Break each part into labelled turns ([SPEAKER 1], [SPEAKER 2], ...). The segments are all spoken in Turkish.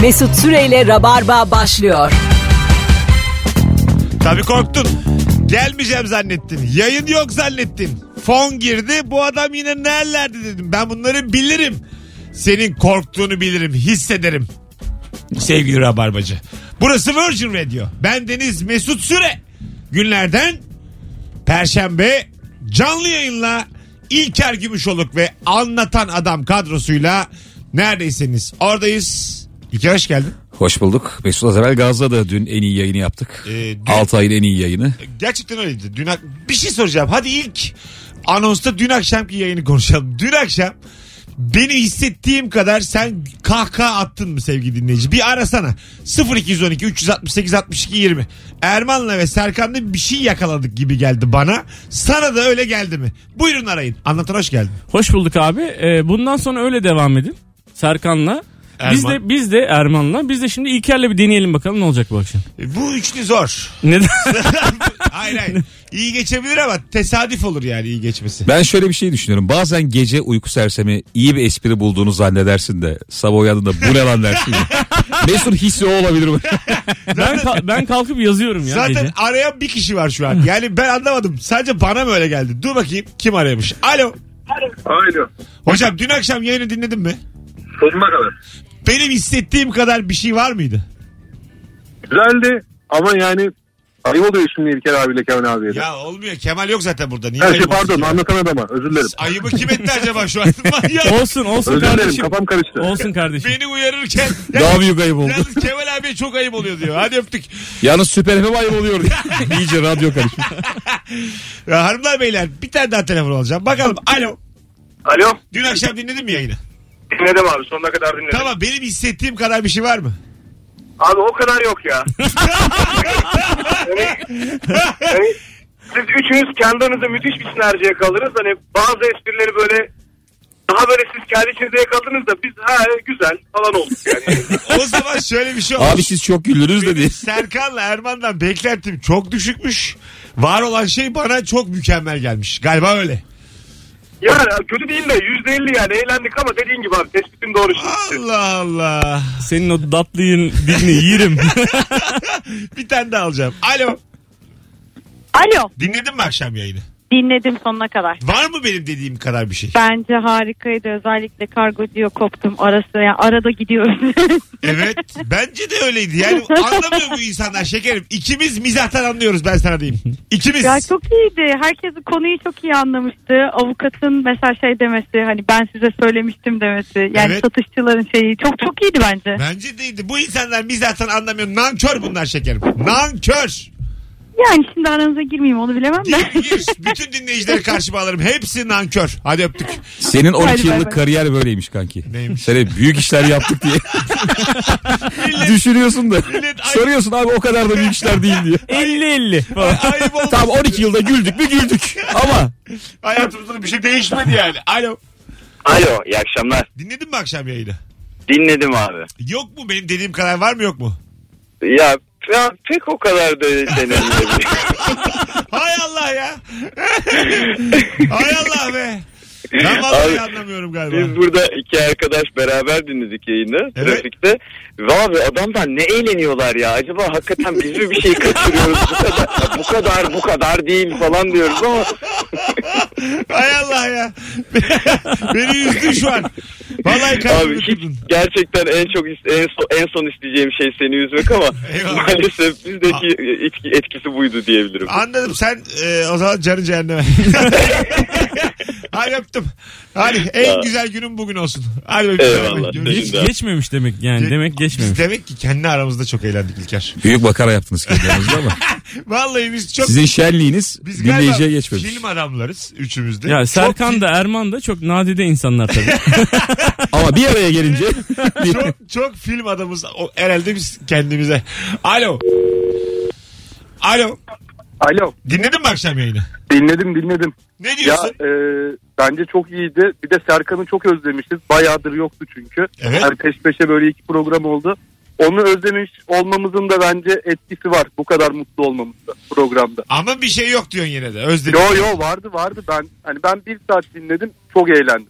[SPEAKER 1] Mesut Süreyle Rabarba başlıyor.
[SPEAKER 2] Tabii korktun. Gelmeyeceğim zannettin. Yayın yok zannettin. Fon girdi. Bu adam yine nerelerde dedim. Ben bunları bilirim. Senin korktuğunu bilirim. Hissederim. Sevgili Rabarbacı. Burası Virgin Radio. Ben Deniz Mesut Süre. Günlerden Perşembe canlı yayınla İlker Gümüşoluk ve Anlatan Adam kadrosuyla neredeyseniz oradayız. İlker hoş geldin.
[SPEAKER 3] Hoş bulduk. Mesut Az evvel Gazze'da dün en iyi yayını yaptık.
[SPEAKER 2] Ee, dün-
[SPEAKER 3] 6 ayın en iyi yayını.
[SPEAKER 2] Gerçekten öyleydi. Dün ak- bir şey soracağım. Hadi ilk anonsta dün akşamki yayını konuşalım. Dün akşam beni hissettiğim kadar sen kahkaha attın mı sevgili dinleyici? Bir arasana. 0212 368 62 20. Erman'la ve Serkan'la bir şey yakaladık gibi geldi bana. Sana da öyle geldi mi? Buyurun arayın. Anlatan hoş geldin.
[SPEAKER 4] Hoş bulduk abi. Ee, bundan sonra öyle devam edin. Serkan'la. Biz
[SPEAKER 2] Erman.
[SPEAKER 4] de biz de Erman'la. Biz de şimdi İlker'le bir deneyelim bakalım ne olacak bu akşam.
[SPEAKER 2] E, Bu üçlü zor.
[SPEAKER 4] Neden?
[SPEAKER 2] hayır hayır. İyi geçebilir ama tesadüf olur yani iyi geçmesi.
[SPEAKER 3] Ben şöyle bir şey düşünüyorum. Bazen gece uyku sersemi iyi bir espri bulduğunu zannedersin de sabah uyandığında bu ne lan dersin. ya. Mesut hissi o olabilir mi?
[SPEAKER 4] ben ka- ben kalkıp yazıyorum ya
[SPEAKER 2] Zaten
[SPEAKER 4] gece.
[SPEAKER 2] arayan bir kişi var şu an. Yani ben anlamadım. Sadece bana mı öyle geldi? Dur bakayım kim aramış? Alo.
[SPEAKER 5] Alo.
[SPEAKER 2] Hocam dün akşam yayını dinledin mi?
[SPEAKER 5] Sonuna kadar.
[SPEAKER 2] Benim hissettiğim kadar bir şey var mıydı?
[SPEAKER 5] Güzeldi ama yani ayıp oluyor şimdi İlker abiyle Kevin abiye de.
[SPEAKER 2] Ya olmuyor. Kemal yok zaten burada. Niye
[SPEAKER 5] Her şey
[SPEAKER 2] ayıp olsun
[SPEAKER 5] pardon
[SPEAKER 2] ki?
[SPEAKER 5] anlatan adama özür dilerim.
[SPEAKER 2] Ayıbı kim etti acaba şu an? Manyak.
[SPEAKER 4] Olsun olsun
[SPEAKER 5] Özür dilerim
[SPEAKER 4] kardeşim.
[SPEAKER 5] kafam karıştı.
[SPEAKER 4] Olsun kardeşim.
[SPEAKER 2] Beni uyarırken.
[SPEAKER 3] Daha büyük ayıp oldu.
[SPEAKER 2] Yalnız Kemal abiye çok ayıp oluyor diyor. Hadi öptük.
[SPEAKER 3] Yalnız süper FM ayıp oluyor. İyice radyo karışmış.
[SPEAKER 2] Ya hanımlar beyler bir tane daha telefon alacağım. Bakalım. Alo.
[SPEAKER 5] Alo
[SPEAKER 2] Dün akşam dinledin mi yayını?
[SPEAKER 5] dinledim abi sonuna kadar dinledim.
[SPEAKER 2] Tamam benim hissettiğim kadar bir şey var mı?
[SPEAKER 5] Abi o kadar yok ya. Hani, Yani siz üçünüz kendi aranızda müthiş bir sinerji yakaladınız. Hani bazı esprileri böyle daha böyle siz kendi içinizde yakaladınız da biz ha güzel falan olduk yani.
[SPEAKER 2] o zaman şöyle bir şey olmuş.
[SPEAKER 3] Abi siz çok güldünüz de
[SPEAKER 2] Benim
[SPEAKER 3] diye.
[SPEAKER 2] Serkan'la Erman'dan beklentim çok düşükmüş. Var olan şey bana çok mükemmel gelmiş. Galiba öyle.
[SPEAKER 5] yani kötü değil de yüzde elli yani eğlendik ama dediğin gibi abi tespitin doğru şimdi.
[SPEAKER 2] Allah Allah.
[SPEAKER 4] Senin o tatlıyın dilini yerim.
[SPEAKER 2] Bir tane daha alacağım. Alo.
[SPEAKER 6] Alo.
[SPEAKER 2] Dinledin mi akşam yayını?
[SPEAKER 6] Dinledim sonuna kadar.
[SPEAKER 2] Var mı benim dediğim kadar bir şey?
[SPEAKER 6] Bence harikaydı. Özellikle kargocuya koptum arası. Yani arada gidiyoruz.
[SPEAKER 2] Evet. Bence de öyleydi. Yani anlamıyor bu insanlar şekerim. İkimiz mizahtan anlıyoruz ben sana diyeyim. İkimiz.
[SPEAKER 6] ya çok iyiydi. Herkes konuyu çok iyi anlamıştı. Avukatın mesela şey demesi hani ben size söylemiştim demesi. Yani
[SPEAKER 2] Evet.
[SPEAKER 6] satışçıların şeyi. Çok çok iyiydi bence.
[SPEAKER 2] Bence değildi. Bu insanlar mizahtan anlamıyor. Nankör bunlar şekerim. Nankör.
[SPEAKER 6] Yani şimdi aranıza girmeyeyim onu bilemem
[SPEAKER 2] Gir,
[SPEAKER 6] de.
[SPEAKER 2] gir. Bütün dinleyicileri karşıma alırım. Hepsi nankör. Hadi öptük.
[SPEAKER 3] Senin 12
[SPEAKER 6] Hadi bay
[SPEAKER 3] yıllık
[SPEAKER 6] bay.
[SPEAKER 3] kariyer böyleymiş kanki.
[SPEAKER 2] Neymiş?
[SPEAKER 3] Sen hep büyük işler yaptık diye. Düşünüyorsun da.
[SPEAKER 2] millet ay-
[SPEAKER 3] Soruyorsun abi o kadar da büyük işler değil diye.
[SPEAKER 4] 50-50 falan.
[SPEAKER 2] Ayıp olmasın.
[SPEAKER 3] Tam 12 yılda güldük mi güldük. Ama
[SPEAKER 2] Hayatımızda bir şey değişmedi yani. Alo.
[SPEAKER 7] Alo iyi akşamlar.
[SPEAKER 2] Dinledin mi akşam yayını?
[SPEAKER 7] Dinledim abi.
[SPEAKER 2] Yok mu benim dediğim kadar var mı yok mu?
[SPEAKER 7] Ya, ya pek o kadar da denemiyorum.
[SPEAKER 2] Hay Allah ya. Hay Allah be. Ben
[SPEAKER 7] Abi,
[SPEAKER 2] vallahi anlamıyorum
[SPEAKER 7] Biz
[SPEAKER 2] galiba.
[SPEAKER 7] burada iki arkadaş beraber dinledik yayını
[SPEAKER 2] Evet.
[SPEAKER 7] trafikte. Ve abi adamlar ne eğleniyorlar ya. Acaba hakikaten biz mi bir şey kaçırıyoruz bu kadar? ya bu kadar bu kadar değil falan diyoruz ama.
[SPEAKER 2] Hay Allah ya. Beni üzdün şu an. Vallahi
[SPEAKER 7] abi
[SPEAKER 2] kalbimi
[SPEAKER 7] hiç
[SPEAKER 2] kırdın.
[SPEAKER 7] gerçekten en çok is- en son, en son isteyeceğim şey seni üzmek ama
[SPEAKER 2] Eyvallah.
[SPEAKER 7] maalesef bizdeki etki, etkisi buydu diyebilirim.
[SPEAKER 2] Anladım sen e, o zaman canı cehenneme. Hadi öptüm. Hadi en
[SPEAKER 7] Ya.
[SPEAKER 2] güzel günün bugün olsun. Hadi
[SPEAKER 7] Eyvallah.
[SPEAKER 2] Görüşürüz.
[SPEAKER 4] Hiç
[SPEAKER 7] Benim de.
[SPEAKER 4] geçmemiş demek yani. Demek
[SPEAKER 2] Biz
[SPEAKER 4] geçmemiş.
[SPEAKER 2] demek ki kendi aramızda çok eğlendik İlker.
[SPEAKER 3] büyük makara yaptınız kendinizde ama.
[SPEAKER 2] Vallahi biz çok
[SPEAKER 3] Sizin şenliğiniz
[SPEAKER 2] Biz
[SPEAKER 3] dinleyiciye
[SPEAKER 2] galiba
[SPEAKER 3] geçmemiş.
[SPEAKER 2] film adamlarız üçümüzde.
[SPEAKER 4] Ya Serkan da Erman da çok nadide insanlar tabii.
[SPEAKER 3] Ama bir araya gelince
[SPEAKER 2] Çok, çok film adamız o, herhalde biz kendimize. Alo. Alo.
[SPEAKER 5] Alo
[SPEAKER 2] Dinledin mi akşam yayını?
[SPEAKER 5] dinledim dinledim.
[SPEAKER 2] Ne
[SPEAKER 5] Ya
[SPEAKER 2] diyorsun?
[SPEAKER 5] e, bence çok iyiydi. Bir de Serkan'ı çok özlemişiz. Bayağıdır yoktu çünkü.
[SPEAKER 2] Evet.
[SPEAKER 5] Yani peş peşe böyle iki program oldu. Onu özlemiş olmamızın da bence etkisi var. Bu kadar mutlu olmamızda programda.
[SPEAKER 2] Ama bir şey yok diyorsun yine de. Özledim.
[SPEAKER 5] Yo yo vardı vardı. Ben hani ben bir saat dinledim. Çok eğlendim.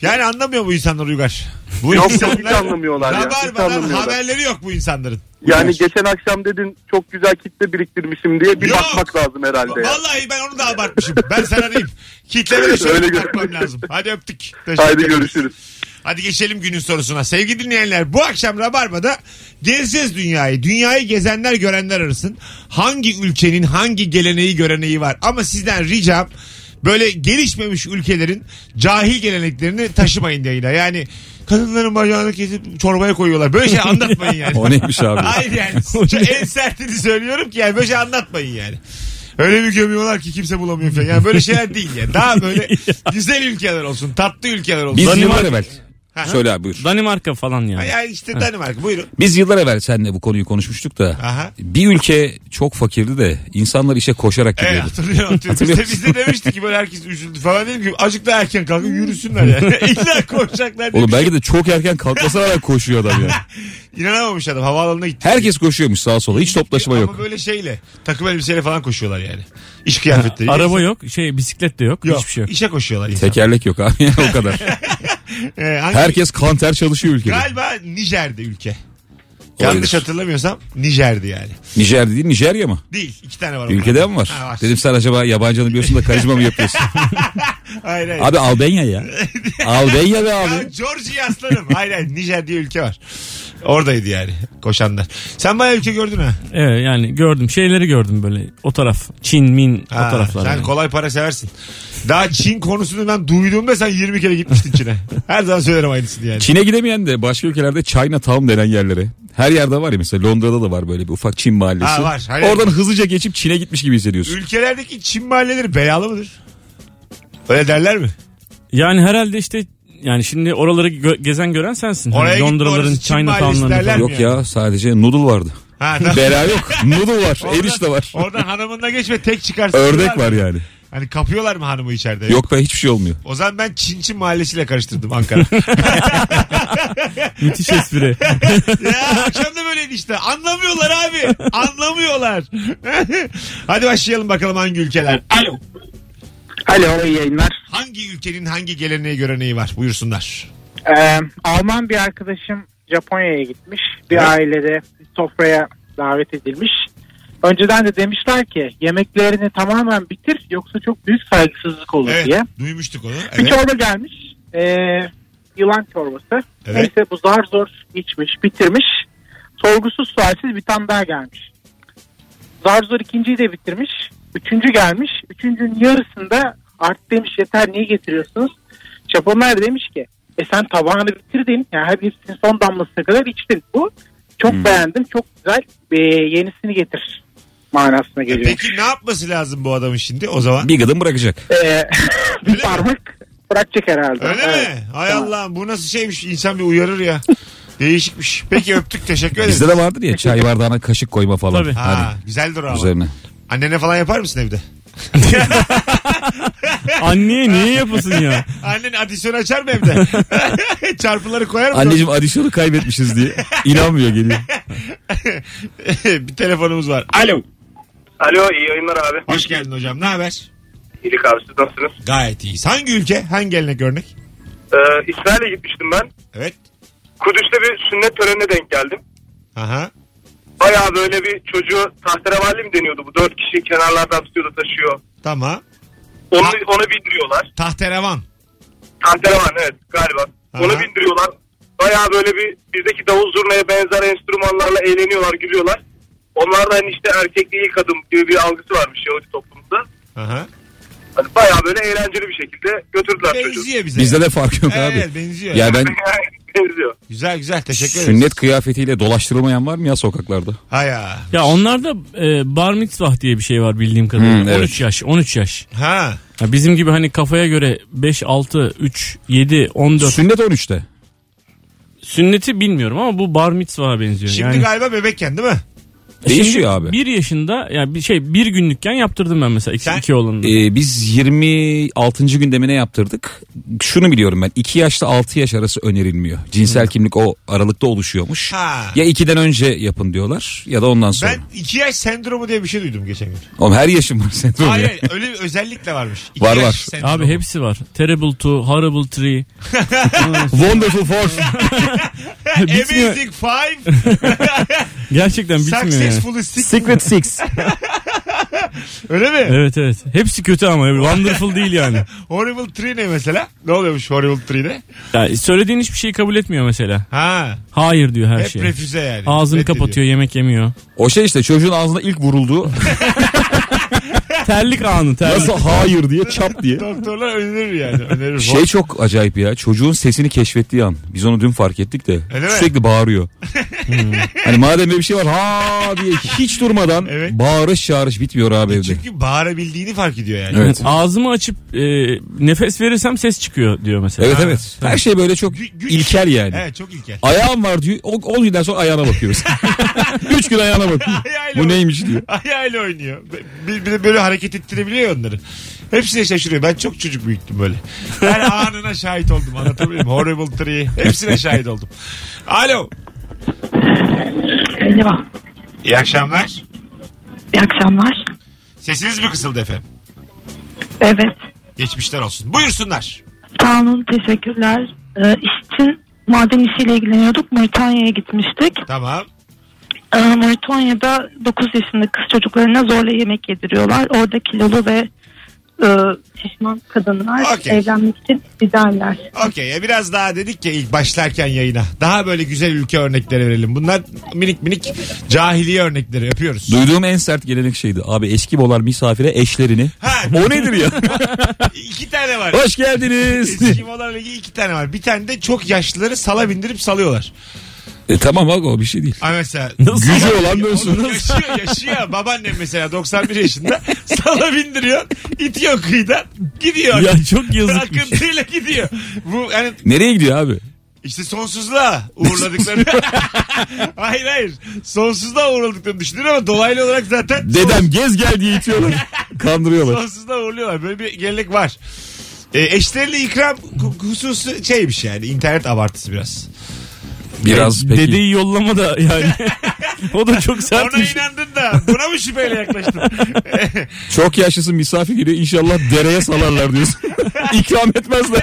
[SPEAKER 2] Yani anlamıyor bu insanlar Uygar. Bu
[SPEAKER 8] Yok, yok, hiç anlamıyorlar ya. Hiç
[SPEAKER 2] Rabarbadan
[SPEAKER 8] anlamıyorlar.
[SPEAKER 2] haberleri yok bu insanların.
[SPEAKER 8] Yani geçen akşam dedin çok güzel kitle biriktirmişim diye bir
[SPEAKER 2] Yok.
[SPEAKER 8] bakmak lazım herhalde. ya.
[SPEAKER 2] Vallahi ben onu da abartmışım. Ben sana diyeyim. Kitleme de şöyle
[SPEAKER 8] Öyle
[SPEAKER 2] bir
[SPEAKER 8] gör-
[SPEAKER 2] bakmam lazım. Hadi öptük. Teşekkür
[SPEAKER 8] Haydi
[SPEAKER 2] ederim.
[SPEAKER 8] görüşürüz.
[SPEAKER 2] Hadi geçelim günün sorusuna. Sevgili dinleyenler bu akşam Rabarba'da gezeceğiz dünyayı. Dünyayı gezenler görenler arasın. Hangi ülkenin hangi geleneği göreneği var? Ama sizden ricam böyle gelişmemiş ülkelerin cahil geleneklerini taşımayın yayına. Yani kadınların bacağını kesip çorbaya koyuyorlar. Böyle şey anlatmayın yani.
[SPEAKER 3] O neymiş abi?
[SPEAKER 2] Hayır yani. Şu en sertini söylüyorum ki yani böyle şey anlatmayın yani. Öyle bir gömüyorlar ki kimse bulamıyor falan. Yani böyle şeyler değil ya. Daha böyle güzel ülkeler olsun, tatlı ülkeler olsun.
[SPEAKER 3] Biz
[SPEAKER 4] Danimarka-
[SPEAKER 3] yıllar evvel. Söyle abi buyur.
[SPEAKER 4] Danimarka falan yani.
[SPEAKER 2] Ya işte Danimarka buyurun.
[SPEAKER 3] Biz yıllar evvel seninle bu konuyu konuşmuştuk da
[SPEAKER 2] Aha.
[SPEAKER 3] bir ülke çok fakirdi de insanlar işe koşarak
[SPEAKER 2] Evet
[SPEAKER 3] gidiyordu.
[SPEAKER 2] hatırlıyorum. hatırlıyorum. Biz, de, biz de demiştik ki böyle herkes üzüldü falan dedim ki azıcık daha erken kalkın yürüsünler yani. İlla koşacaklar demiş.
[SPEAKER 3] Hmm. Oğlum belki de çok erken kalkmasa hala koşuyor adam yani.
[SPEAKER 2] İnanamamış adam havaalanına gitti.
[SPEAKER 3] Herkes koşuyormuş sağa sola hiç toplaşma
[SPEAKER 2] Ama
[SPEAKER 3] yok.
[SPEAKER 2] böyle şeyle takım elbiseyle falan koşuyorlar yani. İş kıyafetleri.
[SPEAKER 4] Araba yok, şey bisiklet de yok,
[SPEAKER 2] Yok,
[SPEAKER 4] hiçbir şey yok.
[SPEAKER 2] İşe koşuyorlar. insan.
[SPEAKER 3] Tekerlek yok abi yani o kadar.
[SPEAKER 2] Ee, hangi-
[SPEAKER 3] Herkes kanter çalışıyor ülkede.
[SPEAKER 2] Galiba Nijer'de ülke.
[SPEAKER 3] Olabilir.
[SPEAKER 2] Yanlış hatırlamıyorsam Nijer'di yani.
[SPEAKER 3] Nijer değil Nijerya mı?
[SPEAKER 2] Değil. iki tane var.
[SPEAKER 3] Ülkede
[SPEAKER 2] onlarda.
[SPEAKER 3] mi var?
[SPEAKER 2] Ha,
[SPEAKER 3] Dedim sen acaba yabancını biliyorsun da karizma mı yapıyorsun?
[SPEAKER 2] Hayır hayır.
[SPEAKER 3] abi Albanya ya. Albanya be
[SPEAKER 2] Ya
[SPEAKER 3] abi.
[SPEAKER 2] Georgia aslanım. hayır hayır Nijer diye ülke var. Oradaydı yani koşanlar. Sen bayağı ülke gördün ha.
[SPEAKER 4] Evet yani gördüm şeyleri gördüm böyle o taraf Çin, Min
[SPEAKER 2] Ha,
[SPEAKER 4] o taraflar.
[SPEAKER 2] Sen
[SPEAKER 4] yani.
[SPEAKER 2] kolay para seversin. Daha Çin konusunu ben duyduğumda sen 20 kere gitmiştin Çin'e. Her zaman söylerim aynısını yani.
[SPEAKER 3] Çin'e gidemeyen de başka ülkelerde Chinatown denen yerlere. Her yerde var ya mesela Londra'da da var böyle bir ufak Çin mahallesi.
[SPEAKER 2] Ha, var. Hayır.
[SPEAKER 3] Oradan hızlıca geçip Çin'e gitmiş gibi hissediyorsun.
[SPEAKER 2] Ülkelerdeki Çin mahalleleri belalı mıdır? Öyle derler mi?
[SPEAKER 4] Yani herhalde işte yani şimdi oraları gö- gezen gören sensin. Hani
[SPEAKER 2] Oraya gitme,
[SPEAKER 4] Londra'ların
[SPEAKER 2] orası Çin
[SPEAKER 4] Chinatown'larını
[SPEAKER 2] mahallesi derler
[SPEAKER 4] falan.
[SPEAKER 2] mi?
[SPEAKER 4] Yok.
[SPEAKER 3] Yok ya sadece noodle vardı.
[SPEAKER 2] Ha, tamam.
[SPEAKER 3] Bera yok. Noodle var. Erişte var.
[SPEAKER 2] Oradan hanımınla geçme tek çıkarsın.
[SPEAKER 3] Ördek var
[SPEAKER 2] mı?
[SPEAKER 3] yani.
[SPEAKER 2] Hani kapıyorlar mı hanımı içeride?
[SPEAKER 3] Yok be hiçbir şey olmuyor.
[SPEAKER 2] O zaman ben Çin Çin mahallesiyle karıştırdım Ankara.
[SPEAKER 4] Müthiş espri.
[SPEAKER 2] ya akşam da böyleydi işte. Anlamıyorlar abi. Anlamıyorlar. Hadi başlayalım bakalım hangi ülkeler. Alo.
[SPEAKER 9] Alo iyi yayınlar.
[SPEAKER 2] Hangi ülkenin hangi geleneği göreneği var? Buyursunlar.
[SPEAKER 9] Ee, Alman bir arkadaşım Japonya'ya gitmiş. Bir
[SPEAKER 2] Evet.
[SPEAKER 9] ailede sofraya davet edilmiş. Önceden de demişler ki yemeklerini tamamen bitir yoksa çok büyük saygısızlık olur
[SPEAKER 2] Evet.
[SPEAKER 9] diye.
[SPEAKER 2] Duymuştuk onu.
[SPEAKER 9] Bir
[SPEAKER 2] Evet.
[SPEAKER 9] çorba gelmiş. Ee, yılan çorbası.
[SPEAKER 2] Evet.
[SPEAKER 9] Neyse bu zar zor içmiş bitirmiş. Sorgusuz sualsiz bir tane daha gelmiş. Zar zor ikinciyi de bitirmiş. Üçüncü gelmiş. Üçüncünün yarısında artık demiş yeter niye getiriyorsunuz? Japonlar da demiş ki e sen tabağını bitirdin. Yani hepsinin son damlasına kadar içtin. Bu çok
[SPEAKER 2] Hmm.
[SPEAKER 9] beğendim çok güzel Ee, yenisini getir manasına
[SPEAKER 2] E
[SPEAKER 9] geliyor.
[SPEAKER 2] Peki ne yapması lazım bu adamın şimdi o zaman?
[SPEAKER 3] Bir gıdım bırakacak.
[SPEAKER 9] Ee,
[SPEAKER 2] Öyle mi?
[SPEAKER 9] bir parmak bırakacak herhalde.
[SPEAKER 2] Öyle
[SPEAKER 9] Evet.
[SPEAKER 2] mi? Hay
[SPEAKER 9] Tamam.
[SPEAKER 2] Allah'ım bu nasıl şeymiş insan bir uyarır ya. Değişikmiş. Peki öptük teşekkür ederiz.
[SPEAKER 3] Bizde de vardır ya çay bardağına kaşık koyma falan.
[SPEAKER 4] Tabii.
[SPEAKER 2] Ha,
[SPEAKER 3] Hani
[SPEAKER 2] güzeldir o ama.
[SPEAKER 3] üzerine.
[SPEAKER 2] Annene falan yapar mısın evde?
[SPEAKER 4] Anneye niye yapasın ya?
[SPEAKER 2] Annen adisyon açar mı evde? Çarpıları koyar mı?
[SPEAKER 3] Anneciğim adisyonu kaybetmişiz diye. İnanmıyor geliyor.
[SPEAKER 2] bir telefonumuz var. Alo.
[SPEAKER 8] Alo iyi yayınlar abi.
[SPEAKER 2] Hoş geldin hocam. Ne haber?
[SPEAKER 8] İyilik abi siz nasılsınız?
[SPEAKER 2] Gayet iyiyiz. Hangi ülke? Hangi gelenek örnek?
[SPEAKER 8] Ee, İsrail'e gitmiştim ben.
[SPEAKER 2] Evet.
[SPEAKER 8] Kudüs'te bir sünnet törenine denk geldim.
[SPEAKER 2] Aha.
[SPEAKER 8] Baya böyle bir çocuğu tahterevalli mi deniyordu bu? Dört kişi kenarlardan tutuyor da taşıyor.
[SPEAKER 2] Tamam.
[SPEAKER 8] Onu, onu bindiriyorlar.
[SPEAKER 2] Tahterevan.
[SPEAKER 8] Tahterevan evet galiba.
[SPEAKER 2] Aha.
[SPEAKER 8] Onu bindiriyorlar. Baya böyle bir bizdeki davul zurnaya benzer enstrümanlarla eğleniyorlar, gülüyorlar. Onlar da hani işte erkek değil kadın gibi bir algısı varmış Yahudi toplumunda.
[SPEAKER 2] Aha.
[SPEAKER 8] Hani baya böyle eğlenceli bir şekilde götürdüler çocuğu.
[SPEAKER 2] Benziyor bize.
[SPEAKER 3] Bizde de fark yok
[SPEAKER 2] Evet
[SPEAKER 3] abi.
[SPEAKER 2] benziyor.
[SPEAKER 3] Ya ben
[SPEAKER 8] Benziyor.
[SPEAKER 2] Güzel güzel teşekkür ederiz.
[SPEAKER 3] sünnet kıyafetiyle dolaştırılmayan var mı ya sokaklarda?
[SPEAKER 2] Haya.
[SPEAKER 4] Ya onlarda e, bar mitzvah diye bir şey var bildiğim kadarıyla.
[SPEAKER 3] Hmm, evet.
[SPEAKER 4] 13 yaş, 13 yaş.
[SPEAKER 2] Ha.
[SPEAKER 4] Ya bizim gibi hani kafaya göre 5, 6, 3, 7, 14.
[SPEAKER 3] Sünnet 13'te.
[SPEAKER 4] Sünneti bilmiyorum ama bu bar mitzvaha benziyor.
[SPEAKER 2] Şimdi
[SPEAKER 4] yani.
[SPEAKER 2] galiba bebekken değil mi?
[SPEAKER 3] Değişiyor abi.
[SPEAKER 4] Bir yaşında yani bir şey bir günlükken yaptırdım ben mesela iki,
[SPEAKER 2] Sen-
[SPEAKER 4] iki oğlanı.
[SPEAKER 3] Ee, biz 26. gündemine yaptırdık. Şunu biliyorum ben 2 yaşla 6 yaş arası önerilmiyor. Cinsel kimlik o aralıkta oluşuyormuş.
[SPEAKER 2] Ha.
[SPEAKER 3] Ya 2'den önce yapın diyorlar ya da ondan sonra.
[SPEAKER 2] Ben iki yaş sendromu diye bir şey duydum geçen gün.
[SPEAKER 3] Oğlum her yaşın var sendromu
[SPEAKER 2] Hayır
[SPEAKER 3] ya.
[SPEAKER 2] hayır, öyle bir özellikle varmış. İki
[SPEAKER 3] Var,
[SPEAKER 2] yaş
[SPEAKER 3] var.
[SPEAKER 2] sendromu.
[SPEAKER 4] Abi hepsi var. Terrible two, horrible three.
[SPEAKER 3] Wonderful Four.
[SPEAKER 4] bitmiyor.
[SPEAKER 2] Amazing Five,
[SPEAKER 4] Gerçekten bitmiyor yani.
[SPEAKER 2] Successfulistic.
[SPEAKER 3] Secret Six.
[SPEAKER 2] Öyle mi?
[SPEAKER 4] Evet evet. Hepsi kötü ama. Wonderful değil yani.
[SPEAKER 2] Horrible Tree ne mesela? Ne oluyormuş Horrible Tree'de?
[SPEAKER 4] yani. Söylediğin hiçbir şeyi kabul etmiyor mesela.
[SPEAKER 2] Ha.
[SPEAKER 4] Hayır diyor her
[SPEAKER 2] Hep
[SPEAKER 4] şeye.
[SPEAKER 2] refüze yani.
[SPEAKER 4] Ağzını
[SPEAKER 2] Reddediyor.
[SPEAKER 4] kapatıyor, yemek yemiyor.
[SPEAKER 3] O şey işte çocuğun ağzına ilk vurulduğu
[SPEAKER 4] Terlik anı, terlik.
[SPEAKER 3] nasıl hayır diye çap diye.
[SPEAKER 2] Doktorlar önerir yani. Önerir.
[SPEAKER 3] Şey çok acayip ya çocuğun sesini keşfettiği an. Biz onu dün fark ettik de
[SPEAKER 2] Öyle mi?
[SPEAKER 3] sürekli bağırıyor. hani madem böyle bir şey var ha diye hiç durmadan
[SPEAKER 2] Evet.
[SPEAKER 3] bağırış çağırış bitmiyor abi evde.
[SPEAKER 2] Çünkü bağırabildiğini fark ediyor yani.
[SPEAKER 3] Evet.
[SPEAKER 4] Ağzımı açıp e, nefes verirsem ses çıkıyor diyor mesela.
[SPEAKER 3] Evet evet. Her şey böyle çok
[SPEAKER 2] Gü- güç.
[SPEAKER 3] ilkel yani.
[SPEAKER 2] Evet çok ilkel.
[SPEAKER 3] Ayağım var diyor. 10 günden sonra ayağına bakıyoruz. 3 gün ayağına bakıyor.
[SPEAKER 2] Ayağıyla
[SPEAKER 3] Bu neymiş diyor.
[SPEAKER 2] Ayağıyla oynuyor. Bir, bir de böyle hareket ettirebiliyor ya onları. Hepsine şaşırıyor. Ben çok çocuk büyüttüm böyle. Her anına şahit oldum. Anlatabiliyor muyum? Horrible Tree. Hepsine şahit oldum. Alo.
[SPEAKER 10] Merhaba.
[SPEAKER 2] İyi akşamlar.
[SPEAKER 10] İyi akşamlar.
[SPEAKER 2] Sesiniz mi kısıldı efendim?
[SPEAKER 10] Evet.
[SPEAKER 2] Geçmişler olsun. Buyursunlar.
[SPEAKER 10] Sağ olun. Teşekkürler. Ee, iş için maden işiyle ilgileniyorduk. Moritanya'ya gitmiştik.
[SPEAKER 2] Tamam.
[SPEAKER 10] Ee, Moritanya'da 9 yaşında kız çocuklarına zorla yemek yediriyorlar. Orada kilolu ve e, şişman kadınlar
[SPEAKER 2] Okey.
[SPEAKER 10] evlenmek için giderler.
[SPEAKER 2] Okey ya biraz daha dedik ya ilk başlarken yayına. Daha böyle güzel ülke örnekleri verelim. Bunlar minik minik cahiliye örnekleri yapıyoruz.
[SPEAKER 3] Duyduğum en sert gelenek şeydi. Abi eski bolar misafire eşlerini.
[SPEAKER 2] Ha.
[SPEAKER 3] o nedir ya?
[SPEAKER 2] İki tane var.
[SPEAKER 3] Hoş geldiniz.
[SPEAKER 2] Eskimolar Ligi iki tane var. Bir tane de çok yaşlıları sala bindirip salıyorlar.
[SPEAKER 3] e, tamam bak o bir şey değil.
[SPEAKER 2] Ay mesela
[SPEAKER 3] Gücü olan dönsün.
[SPEAKER 2] Oğlum yaşıyor yaşıyor. Babaannem mesela 91 yaşında sala bindiriyor. itiyor kıyıdan. Gidiyor.
[SPEAKER 4] Ya çok yazıkmış.
[SPEAKER 2] Akıntıyla gidiyor. Bu yani
[SPEAKER 3] Nereye gidiyor abi?
[SPEAKER 2] İşte sonsuzluğa uğurladıklarını. hayır hayır. Sonsuzluğa uğurladıklarını düşünür ama dolaylı olarak zaten
[SPEAKER 3] Dedem gez gel diye itiyorlar. Kandırıyorlar.
[SPEAKER 2] sonsuzluğa uğurluyorlar. Böyle bir gelenek var. E, eşlerine ikram hu- hususu şeymiş yani. internet abartısı biraz.
[SPEAKER 3] Biraz peki.
[SPEAKER 4] E, Dedeyi yollama da yani. o da çok
[SPEAKER 2] Ona
[SPEAKER 4] sertmiş.
[SPEAKER 2] inandın da buna mı şüpheyle yaklaştın?
[SPEAKER 3] Çok yaşlısın misafir geliyor inşallah dereye salarlar diyorsun. İkram etmezler.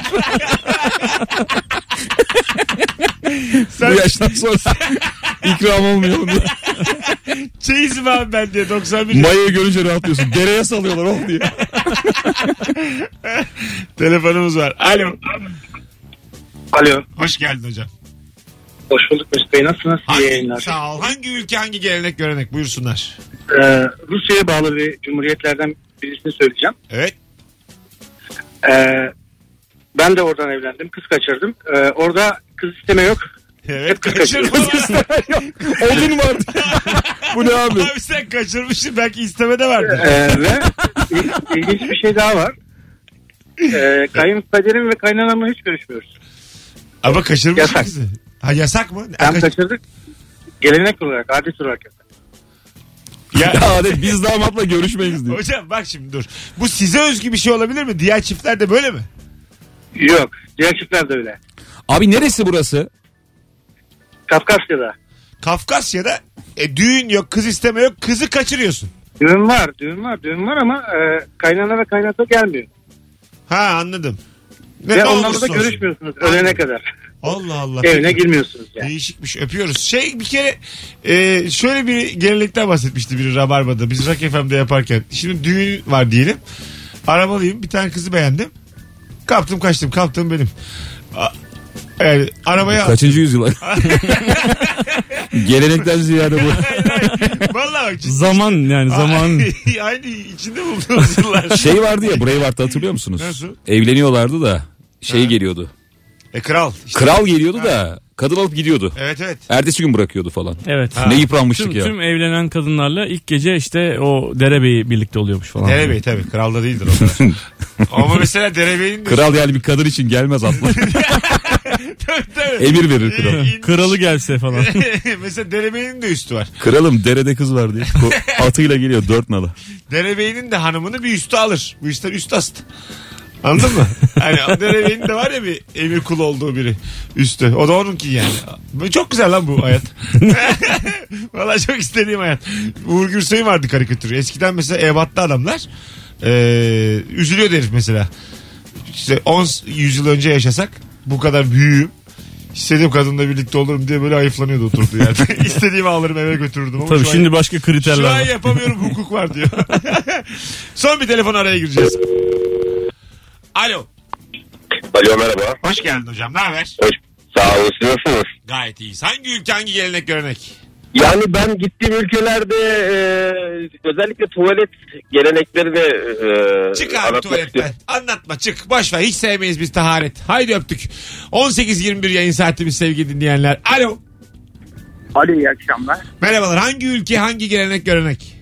[SPEAKER 2] Sen
[SPEAKER 3] Bu yaştan sonra ikram olmuyor.
[SPEAKER 2] çeyiz mi abi ben diye 91
[SPEAKER 3] Mayayı görünce rahatlıyorsun. Dereye salıyorlar oh diye.
[SPEAKER 2] telefonumuz var. Alo.
[SPEAKER 11] Alo.
[SPEAKER 2] Hoş geldin hocam.
[SPEAKER 11] Hoş bulduk Mesut Bey. Nasılsınız? İyi
[SPEAKER 2] Hangi,
[SPEAKER 11] yayınlar.
[SPEAKER 2] sağ ol. Hangi ülke hangi gelenek görenek buyursunlar.
[SPEAKER 11] Ee, Rusya'ya bağlı bir cumhuriyetlerden birisini söyleyeceğim.
[SPEAKER 2] Evet.
[SPEAKER 11] Ee, ben de oradan evlendim. Kız kaçırdım. Ee, orada kız isteme yok.
[SPEAKER 2] Evet
[SPEAKER 11] Hep kaçırıyor.
[SPEAKER 2] kaçırdım.
[SPEAKER 3] Odun vardı. Bu ne abi?
[SPEAKER 2] Abi sen kaçırmışsın belki isteme de vardır.
[SPEAKER 11] Ee, ve il- ilginç bir şey daha var. Ee, kayınpederim ve kaynanamla hiç görüşmüyoruz.
[SPEAKER 2] Ama kaçırmış
[SPEAKER 11] Yasak.
[SPEAKER 2] bizi. Ha yasak mı? Ha,
[SPEAKER 11] Hem
[SPEAKER 2] kaç-
[SPEAKER 11] kaçırdık. Gelenek olarak, adet olarak yasak.
[SPEAKER 2] ya,
[SPEAKER 3] Ya de biz damatla görüşmeyiz diyor.
[SPEAKER 2] hocam bak şimdi dur. Bu size özgü bir şey olabilir mi? Diğer çiftler de böyle mi?
[SPEAKER 11] Yok. Diğer çiftler de öyle.
[SPEAKER 3] Abi neresi burası?
[SPEAKER 11] Kafkasya'da.
[SPEAKER 2] Kafkasya'da e, düğün yok, kız isteme yok, kızı kaçırıyorsun.
[SPEAKER 11] Düğün var, düğün var, düğün var ama e, kaynana ve kaynata gelmiyor.
[SPEAKER 2] Ha anladım.
[SPEAKER 11] Ve,
[SPEAKER 2] ne
[SPEAKER 11] onlarla
[SPEAKER 2] olursa
[SPEAKER 11] da
[SPEAKER 2] olsun.
[SPEAKER 11] görüşmüyorsunuz ölene kadar.
[SPEAKER 2] Allah Allah.
[SPEAKER 11] Evine girmiyorsunuz yani.
[SPEAKER 2] Değişikmiş öpüyoruz. Şey bir kere e, şöyle bir gelenekten bahsetmişti biri Rabarba'da. Biz Rock FM'de yaparken. Şimdi düğün var diyelim. Arabalıyım. Bir tane kızı beğendim. Kaptım kaçtım. Kaptım benim. A- yani arabaya
[SPEAKER 3] Kaçıncı yüzyıl? Gelenekten ziyade bu.
[SPEAKER 2] Vallahi bak. ciddi-
[SPEAKER 4] Zaman yani zaman.
[SPEAKER 2] Aynı içinde bulduğumuz yıllar.
[SPEAKER 3] Şey vardı ya Brave Art'ta hatırlıyor musunuz?
[SPEAKER 2] Nasıl?
[SPEAKER 3] Evleniyorlardı da şey geliyordu.
[SPEAKER 2] E, kral. işte.
[SPEAKER 3] Kral geliyordu da kadın alıp gidiyordu.
[SPEAKER 2] Evet evet.
[SPEAKER 3] Ertesi gün bırakıyordu falan.
[SPEAKER 4] Evet.
[SPEAKER 3] Ne
[SPEAKER 4] Tüm,
[SPEAKER 3] yıpranmıştık ya.
[SPEAKER 4] tüm evlenen kadınlarla ilk gece işte o derebeyi birlikte oluyormuş falan.
[SPEAKER 2] Derebey tabii. Kralda değildir o kadar. Ama mesela Derebey'in de
[SPEAKER 3] Kral yani bir kadın için gelmez atla.
[SPEAKER 2] tabii tabii.
[SPEAKER 3] Emir verir kral.
[SPEAKER 2] İn-
[SPEAKER 4] Kralı gelse falan.
[SPEAKER 2] Mesela derebeğinin de üstü var.
[SPEAKER 3] Kralım derede kız var diye. Ko- Atıyla geliyor dört nala.
[SPEAKER 2] Derebeğinin de hanımını bir üstü alır. Bu işler üst ast. Anladın mı? Hani derebeğinin de var ya bir emir kul olduğu biri üstü. O da onunki yani. Bu Çok güzel lan bu hayat. Valla çok istediğim hayat. Uğur Gürsoy'un vardı karikatürü. Eskiden mesela ebatlı adamlar eee üzülüyor herif mesela. İşte 10 yüzyıl önce yaşasak bu kadar büyüğüm. İstediğim kadınla birlikte olurum diye böyle ayıflanıyordu oturduğu yerde. İstediğimi alırım eve götürürdüm. Ama
[SPEAKER 4] Tabii
[SPEAKER 2] şu an-
[SPEAKER 4] şimdi başka
[SPEAKER 2] şu an
[SPEAKER 4] kriterler var.
[SPEAKER 2] yapamıyorum hukuk var diyor. Son bir telefon araya gireceğiz. Alo.
[SPEAKER 11] Alo merhaba.
[SPEAKER 2] Hoş geldin hocam. Ne haber?
[SPEAKER 11] Hoş. Sağ olun siz nasılsınız?
[SPEAKER 2] Gayet iyiyiz. Hangi ülke hangi gelenek görenek?
[SPEAKER 11] Yani ben gittiğim ülkelerde e, özellikle tuvalet geleneklerini e,
[SPEAKER 2] Çık abi
[SPEAKER 11] anlatmak
[SPEAKER 2] tuvaletten.
[SPEAKER 11] istiyorum.
[SPEAKER 2] Anlatma çık. Boş ver. Hiç sevmeyiz biz taharet. Haydi öptük. 18.21 yayın saatimiz sevgili dinleyenler. Alo.
[SPEAKER 12] Alo iyi akşamlar.
[SPEAKER 2] Merhabalar. Hangi ülke hangi gelenek görenek?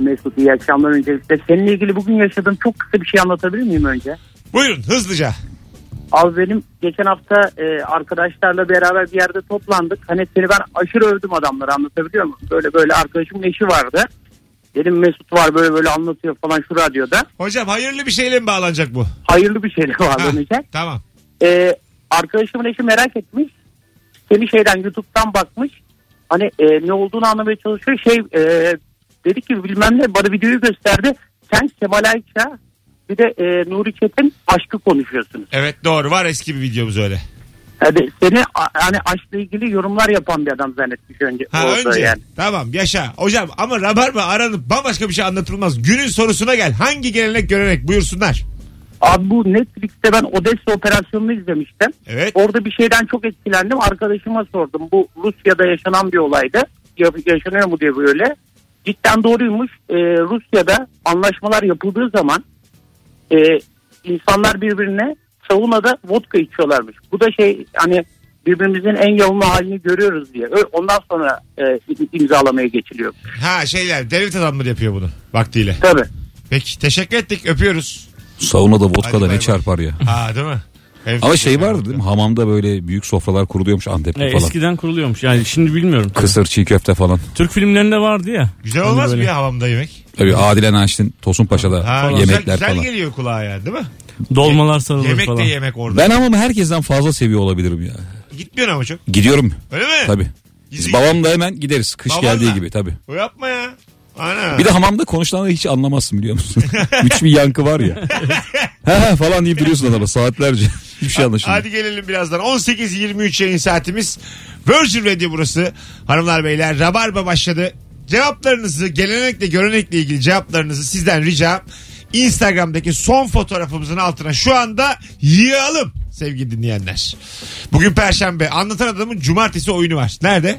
[SPEAKER 12] Mesut iyi akşamlar öncelikle. Seninle ilgili bugün yaşadığım çok kısa bir şey anlatabilir miyim önce?
[SPEAKER 2] Buyurun hızlıca.
[SPEAKER 12] Abi benim geçen hafta e, arkadaşlarla beraber bir yerde toplandık. Hani seni ben aşırı övdüm adamları anlatabiliyor muyum? Böyle böyle arkadaşımın eşi vardı. Dedim Mesut var böyle böyle anlatıyor falan şu radyoda.
[SPEAKER 2] Hocam hayırlı bir şeyle mi bağlanacak bu?
[SPEAKER 12] Hayırlı bir şeyle
[SPEAKER 2] Ha,
[SPEAKER 12] bağlanacak.
[SPEAKER 2] tamam.
[SPEAKER 12] E, arkadaşımın eşi merak etmiş. Seni şeyden YouTube'dan bakmış. Hani e, ne olduğunu anlamaya çalışıyor. Şey e, dedi ki bilmem ne bana videoyu gösterdi. Sen Kemal Ayça bir de e, Nuri Çetin aşkı konuşuyorsunuz.
[SPEAKER 2] Evet doğru var eski bir videomuz öyle.
[SPEAKER 12] Yani seni a- hani aşkla ilgili yorumlar yapan bir adam zannetmiş önce.
[SPEAKER 2] Ha
[SPEAKER 12] orada
[SPEAKER 2] önce.
[SPEAKER 12] Yani.
[SPEAKER 2] Tamam yaşa. Hocam ama rabarba aranıp bambaşka bir şey anlatılmaz. Günün sorusuna gel. Hangi gelenek görenek buyursunlar.
[SPEAKER 12] Abi bu Netflix'te ben Odessa operasyonunu izlemiştim.
[SPEAKER 2] Evet.
[SPEAKER 12] Orada bir şeyden çok etkilendim. Arkadaşıma sordum. Bu Rusya'da yaşanan bir olaydı. Ya- Yaşanıyor mu diye böyle. Cidden doğruymuş. Ee, Rusya'da anlaşmalar yapıldığı zaman e, insanlar birbirine saunada vodka içiyorlarmış. Bu da şey hani birbirimizin en yalınlı halini görüyoruz diye. Ö- Ondan sonra e, im- imzalamaya geçiliyor.
[SPEAKER 2] Ha şeyler devlet adamları yapıyor bunu vaktiyle.
[SPEAKER 12] Tabii.
[SPEAKER 2] Peki teşekkür ettik öpüyoruz.
[SPEAKER 3] Sauna
[SPEAKER 2] Hadi
[SPEAKER 3] da vodka da
[SPEAKER 2] bay bay.
[SPEAKER 3] ne çarpar ya.
[SPEAKER 2] Ha değil mi? Hem
[SPEAKER 3] Ama şey vardı değil mi? Hamamda böyle büyük sofralar kuruluyormuş Antep'te
[SPEAKER 4] E,
[SPEAKER 3] falan.
[SPEAKER 4] eskiden kuruluyormuş yani şimdi bilmiyorum.
[SPEAKER 3] Kısır çiğ köfte falan.
[SPEAKER 4] Türk filmlerinde vardı ya.
[SPEAKER 2] Güzel
[SPEAKER 4] Hani
[SPEAKER 2] olmaz mı
[SPEAKER 4] böyle
[SPEAKER 2] ya havamda yemek?
[SPEAKER 3] Tabii Adile Naşit'in Tosun Paşa'da
[SPEAKER 2] Ha,
[SPEAKER 3] yemekler
[SPEAKER 2] güzel, güzel
[SPEAKER 3] falan.
[SPEAKER 2] geliyor kulağa ya değil mi?
[SPEAKER 4] Dolmalar sarılır
[SPEAKER 2] yemek
[SPEAKER 4] falan.
[SPEAKER 2] de yemek orada.
[SPEAKER 3] Ben ama herkesten fazla seviyor olabilirim ya.
[SPEAKER 2] Gitmiyorsun ama çok.
[SPEAKER 3] Gidiyorum
[SPEAKER 2] Öyle mi?
[SPEAKER 3] tabii. Biz babamla hemen gideriz kış
[SPEAKER 2] Babanla?
[SPEAKER 3] geldiği gibi tabii.
[SPEAKER 2] O yapma ya. Ana.
[SPEAKER 3] Bir de hamamda konuşulanları hiç anlamazsın biliyor musun? Üç bir yankı var ya. He he falan deyip duruyorsun adama saatlerce. Hiçbir şey anlaşılmıyor.
[SPEAKER 2] Hadi gelelim birazdan. 18.23 yayın saatimiz. Virgin Radio burası. Hanımlar beyler Rabarba başladı. Cevaplarınızı gelenekle görenekle ilgili cevaplarınızı sizden ricam. Instagram'daki son fotoğrafımızın altına şu anda yığalım sevgili dinleyenler. Bugün Perşembe. Anlatan adamın cumartesi oyunu var. Nerede?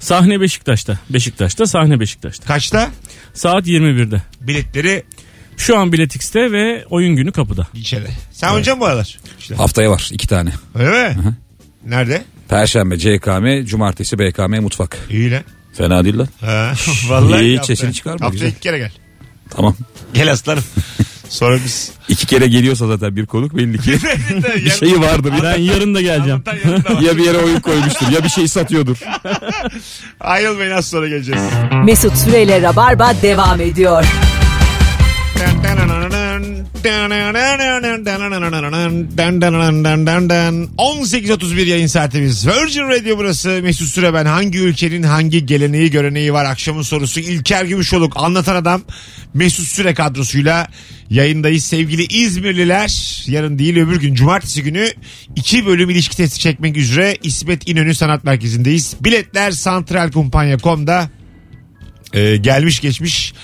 [SPEAKER 4] Sahne Beşiktaş'ta. Beşiktaş'ta sahne Beşiktaş'ta.
[SPEAKER 2] Kaçta?
[SPEAKER 4] Saat 21'de.
[SPEAKER 2] Biletleri
[SPEAKER 4] Şu an biletikste ve oyun günü kapıda.
[SPEAKER 2] içeri. Sen evet. hocam bu aralar. İşte.
[SPEAKER 3] Haftaya var iki tane.
[SPEAKER 2] Öyle mi? Nerede?
[SPEAKER 3] Perşembe CKM, cumartesi BKM mutfak.
[SPEAKER 2] İyi lan.
[SPEAKER 3] Fena değil lan.
[SPEAKER 2] Ha, vallahi
[SPEAKER 3] İyi,
[SPEAKER 2] haftaya-
[SPEAKER 3] çeşini çıkarma,
[SPEAKER 2] Haftaya
[SPEAKER 3] güzel.
[SPEAKER 2] iki kere gel.
[SPEAKER 3] Tamam.
[SPEAKER 2] Gel aslanım. Sonra biz
[SPEAKER 3] İki kere geliyorsa zaten bir konuk belli ki.
[SPEAKER 2] bir
[SPEAKER 3] bir şeyi vardır.
[SPEAKER 4] Ben yarın da geleceğim.
[SPEAKER 3] ya bir yere oyun koymuştur ya bir şey satıyordur.
[SPEAKER 2] Ayrılmayın az sonra geleceğiz.
[SPEAKER 1] Mesut Süreyle Rabarba devam ediyor.
[SPEAKER 2] ...18.31 yayın saatimiz... ...Virgin Radio burası... ...Mesut Süre ben... ...hangi ülkenin hangi geleneği göreneği var... ...akşamın sorusu... ...İlker Gümüşoluk... ...anlatan adam... ...Mesut Süre kadrosuyla... ...yayındayız sevgili İzmirliler... ...yarın değil öbür gün... ...cumartesi günü... ...iki bölüm ilişki testi çekmek üzere... ...İsmet İnönü Sanat Merkezi'ndeyiz... ...biletler santralkumpanya.com'da... Ee, gelmiş geçmiş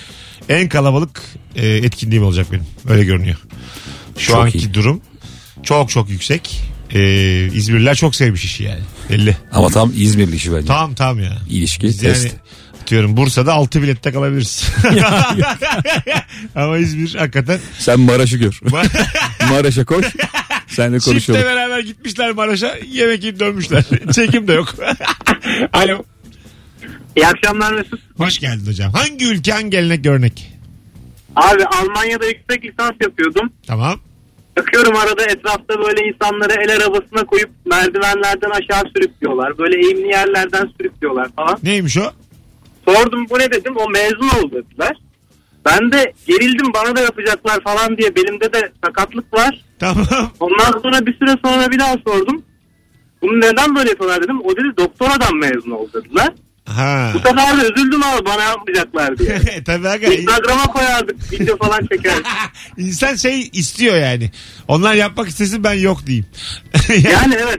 [SPEAKER 2] en kalabalık e, etkinliğim olacak benim. Öyle görünüyor. Şu
[SPEAKER 3] Çok
[SPEAKER 2] anki
[SPEAKER 3] iyi.
[SPEAKER 2] durum çok çok yüksek. Ee, İzmirliler çok sevmiş işi yani. Belli.
[SPEAKER 3] Ama tam İzmirli işi bence.
[SPEAKER 2] Tamam tamam ya.
[SPEAKER 3] İlişki
[SPEAKER 2] Biz yani
[SPEAKER 3] test.
[SPEAKER 2] atıyorum Bursa'da 6 bilette kalabiliriz. Ama İzmir hakikaten.
[SPEAKER 3] Sen Maraş'ı gör. Maraş'a koş. Senle konuşalım.
[SPEAKER 2] Çiftle beraber gitmişler Maraş'a yemek yiyip dönmüşler. Çekim de yok. Alo.
[SPEAKER 12] İyi akşamlar Mesut.
[SPEAKER 2] Hoş geldin hocam. Hangi ülke hangi gelenek örnek?
[SPEAKER 12] Abi Almanya'da yüksek lisans yapıyordum.
[SPEAKER 2] Tamam.
[SPEAKER 8] Bakıyorum arada etrafta böyle insanları el arabasına koyup merdivenlerden aşağı sürüklüyorlar. Böyle eğimli yerlerden sürüklüyorlar falan.
[SPEAKER 2] Neymiş o?
[SPEAKER 8] Sordum bu ne dedim o mezun oldu dediler. Ben de gerildim bana da yapacaklar falan diye belimde de sakatlık var.
[SPEAKER 2] Tamam.
[SPEAKER 8] Ondan sonra bir süre sonra bir daha sordum. Bunu neden böyle yapıyorlar dedim. O dedi doktoradan mezun oldu dediler.
[SPEAKER 2] Ha.
[SPEAKER 8] Bu sefer de üzüldüm abi bana yapmayacaklar diye.
[SPEAKER 2] Tabii aga.
[SPEAKER 8] Instagram'a koyardık video falan çekerdik.
[SPEAKER 2] İnsan şey istiyor yani. Onlar yapmak istesin ben yok diyeyim.
[SPEAKER 8] Yani evet.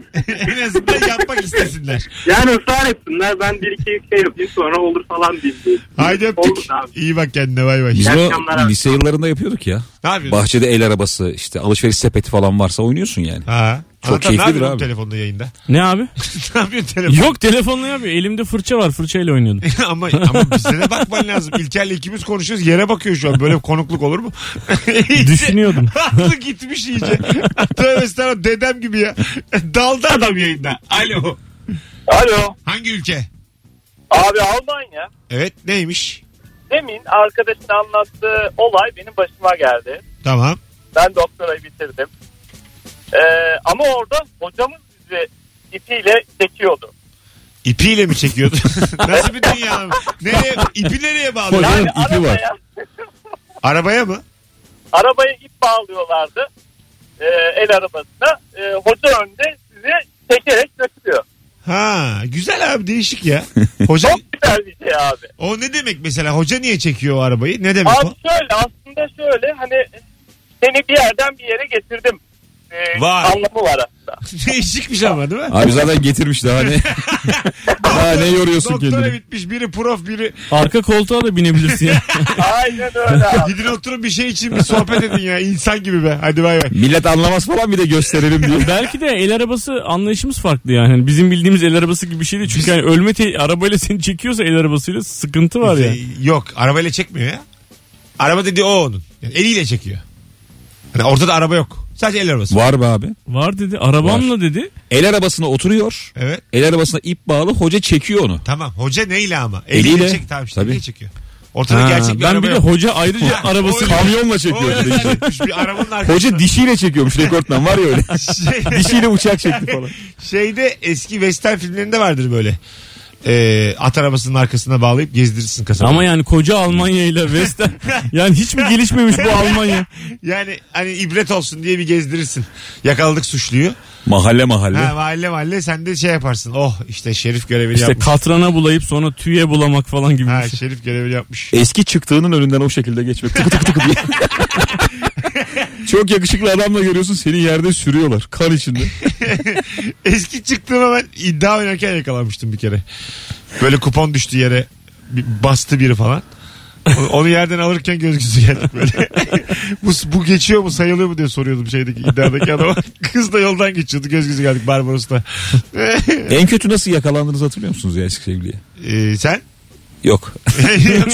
[SPEAKER 2] en azından yapmak istesinler.
[SPEAKER 8] Yani ısrar etsinler. Ben bir iki şey yapayım sonra olur falan diyeyim.
[SPEAKER 2] Haydi
[SPEAKER 8] Oldu
[SPEAKER 2] öptük.
[SPEAKER 8] abi.
[SPEAKER 2] İyi bak kendine bay bay.
[SPEAKER 3] Biz
[SPEAKER 8] İyi
[SPEAKER 3] bunu
[SPEAKER 8] akşamlar abi.
[SPEAKER 3] lise yıllarında yapıyorduk ya.
[SPEAKER 2] Ne yapıyorsun?
[SPEAKER 3] Bahçede el arabası işte alışveriş sepeti falan varsa oynuyorsun yani.
[SPEAKER 2] Ha.
[SPEAKER 3] Çok
[SPEAKER 2] Anlatan, ne
[SPEAKER 3] keyiflidir
[SPEAKER 2] yapıyorsun
[SPEAKER 3] abi.
[SPEAKER 2] telefonda yayında?
[SPEAKER 4] Ne abi?
[SPEAKER 2] ne yapıyorsun telefonda?
[SPEAKER 4] Yok telefonla yapıyor. Elimde fırça var. Fırçayla oynuyordum.
[SPEAKER 2] ama, ama bize de bakman lazım. İlker'le ikimiz konuşuyoruz. Yere bakıyor şu an. Böyle konukluk olur mu? İyice-
[SPEAKER 4] Düşünüyordum.
[SPEAKER 2] Aklı gitmiş iyice. Tövbe estağfurullah dedem gibi ya. Daldı adam yayında. Alo.
[SPEAKER 8] Alo.
[SPEAKER 2] Hangi ülke?
[SPEAKER 8] Abi Almanya.
[SPEAKER 2] Evet neymiş?
[SPEAKER 8] Demin arkadaşın anlattığı olay benim başıma geldi.
[SPEAKER 2] Tamam.
[SPEAKER 8] Ben doktorayı bitirdim. Ee, ama orada hocamız bizi ipiyle çekiyordu.
[SPEAKER 2] İpiyle mi çekiyordu? Nasıl bir dünya? Nereye, ipi nereye bağlıyor?
[SPEAKER 3] Hocanın ipi var.
[SPEAKER 8] Arabaya,
[SPEAKER 2] Arabaya mı?
[SPEAKER 8] arabaya ip bağlıyorlardı. Ee, el arabasına. Ee, hoca önde sizi çekerek götürüyor.
[SPEAKER 2] Ha güzel abi değişik ya. Hoca
[SPEAKER 8] Çok güzel bir şey abi.
[SPEAKER 2] o ne demek mesela? Hoca niye çekiyor o arabayı? Ne demek
[SPEAKER 8] Abi
[SPEAKER 2] o?
[SPEAKER 8] şöyle aslında şöyle hani seni bir yerden bir yere getirdim. Ee,
[SPEAKER 2] Vay.
[SPEAKER 8] Anlamı var aslında.
[SPEAKER 2] Değişikmiş ama değil mi?
[SPEAKER 3] Abi zaten getirmiş daha ne? daha ne yoruyorsun
[SPEAKER 2] Doktora
[SPEAKER 3] kendini?
[SPEAKER 2] bitmiş biri prof biri
[SPEAKER 4] Arka koltuğa da binebilirsin ya.
[SPEAKER 8] Aynen öyle abi.
[SPEAKER 2] gidin oturun bir şey için bir sohbet edin ya insan gibi be hadi bay bay.
[SPEAKER 3] Millet anlamaz falan bir de gösterelim diye.
[SPEAKER 4] Belki de el arabası anlayışımız farklı yani. Hani Bizim bildiğimiz el arabası gibi bir şey değil. Çünkü hani ölme te- arabayla seni çekiyorsa el arabasıyla sıkıntı var ya.
[SPEAKER 2] Şey, Yok arabayla çekmiyor ya. Araba dediği o onun. Yani eliyle çekiyor. Yani ortada araba yok. Sadece el arabası.
[SPEAKER 3] Var be abi.
[SPEAKER 4] Var dedi. Arabamla dedi.
[SPEAKER 3] El arabasına oturuyor.
[SPEAKER 2] Evet.
[SPEAKER 3] El arabasına ip bağlı hoca çekiyor onu.
[SPEAKER 2] Tamam hoca neyle ama? Eliyle,
[SPEAKER 3] Eliyle.
[SPEAKER 2] çek tamam işte
[SPEAKER 3] Tabii.
[SPEAKER 2] eliyle çekiyor. Ortada
[SPEAKER 4] Ha,
[SPEAKER 2] gerçek bir
[SPEAKER 4] ben
[SPEAKER 2] araba
[SPEAKER 4] bir de
[SPEAKER 2] yok.
[SPEAKER 4] hoca ayrıca arabası
[SPEAKER 2] Oy.
[SPEAKER 3] Kamyonla
[SPEAKER 2] O
[SPEAKER 3] çekiyor.
[SPEAKER 2] öyle
[SPEAKER 3] direkt.
[SPEAKER 2] zannetmiş bir arabanın arkasında.
[SPEAKER 3] Hoca dişiyle çekiyormuş rekortman var ya öyle.
[SPEAKER 2] Şey-
[SPEAKER 3] dişiyle uçak çekti falan.
[SPEAKER 2] Şeyde eski western filmlerinde vardır böyle. Ee, at arabasının arkasına bağlayıp gezdirirsin kasabada.
[SPEAKER 4] Ama yani koca Almanya ile Western. yani hiç mi gelişmemiş bu Almanya?
[SPEAKER 2] Yani hani ibret olsun diye bir gezdirirsin. Yakaladık suçluyu.
[SPEAKER 3] Mahalle mahalle.
[SPEAKER 2] Ha, mahalle mahalle sen de şey yaparsın. Oh işte şerif görevini
[SPEAKER 4] İşte
[SPEAKER 2] yapmış.
[SPEAKER 4] katrana bulayıp sonra tüye bulamak falan gibi
[SPEAKER 2] Ha,
[SPEAKER 4] bir şey.
[SPEAKER 2] şerif görevini yapmış.
[SPEAKER 3] Eski çıktığının önünden o şekilde geçmek. Tık tık tık diye. Çok yakışıklı adamla görüyorsun seni yerde sürüyorlar. Kan içinde.
[SPEAKER 2] Eski çıktığıma ben iddia oynarken yakalanmıştım bir kere. Böyle kupon düştü yere bir- bastı biri falan. O- Onu yerden alırken göz gözü geldik böyle. bu, bu geçiyor mu sayılıyor mu diye soruyordum şeydeki iddiadaki adama. Kız da yoldan geçiyordu göz gözü geldik Barbaros'ta.
[SPEAKER 3] En kötü nasıl yakalandınız hatırlıyor musunuz ya eski sevgiliye?
[SPEAKER 2] Ee, sen?
[SPEAKER 3] Yok.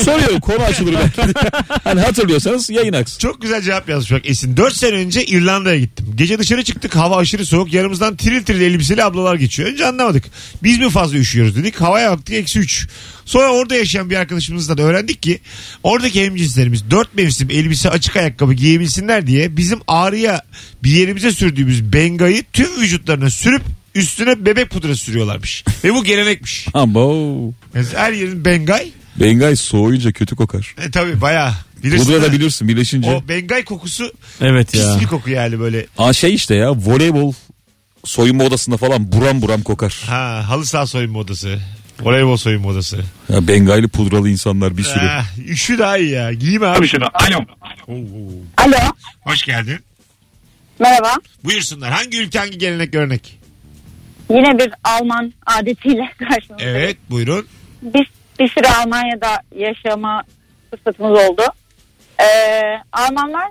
[SPEAKER 3] Soruyorum konu açılır belki. hani hatırlıyorsanız yayın aksın.
[SPEAKER 2] Çok güzel cevap yazmış bak Esin. 4 sene önce İrlanda'ya gittim. Gece dışarı çıktık hava aşırı soğuk. Yanımızdan tiril tiril elbiseli ablalar geçiyor. Önce anlamadık. Biz mi fazla üşüyoruz dedik. Havaya baktık eksi 3. Sonra orada yaşayan bir arkadaşımızla da öğrendik ki oradaki hemcinslerimiz 4 mevsim elbise açık ayakkabı giyebilsinler diye bizim ağrıya bir yerimize sürdüğümüz bengayı tüm vücutlarına sürüp üstüne bebek pudrası sürüyorlarmış. Ve bu gelenekmiş.
[SPEAKER 3] Abo.
[SPEAKER 2] Mesela her yerin bengay.
[SPEAKER 3] Bengay soğuyunca kötü kokar.
[SPEAKER 2] E, tabii bayağı. Bilirsin
[SPEAKER 3] Pudra
[SPEAKER 2] ha.
[SPEAKER 3] da bilirsin birleşince.
[SPEAKER 2] O bengay kokusu
[SPEAKER 4] Evet
[SPEAKER 2] pis
[SPEAKER 4] ya.
[SPEAKER 2] bir koku yani böyle
[SPEAKER 3] Aa şey işte ya voleybol soyunma odasında falan buram buram kokar.
[SPEAKER 2] Ha halı saha soyunma odası. Voleybol soyunma odası.
[SPEAKER 3] Ya Bengaylı pudralı insanlar bir sürü.
[SPEAKER 2] Ah, üşü daha iyi ya. Giyme abi şunu. Alo.
[SPEAKER 13] Alo
[SPEAKER 2] Hoş geldin.
[SPEAKER 13] merhaba.
[SPEAKER 2] Buyursunlar. Hangi ülke hangi gelenek örnek?
[SPEAKER 13] Yine bir Alman adetiyle karşınızdayım.
[SPEAKER 2] Evet buyurun.
[SPEAKER 13] Bir, bir süre Almanya'da yaşama fırsatımız oldu. Ee, Almanlar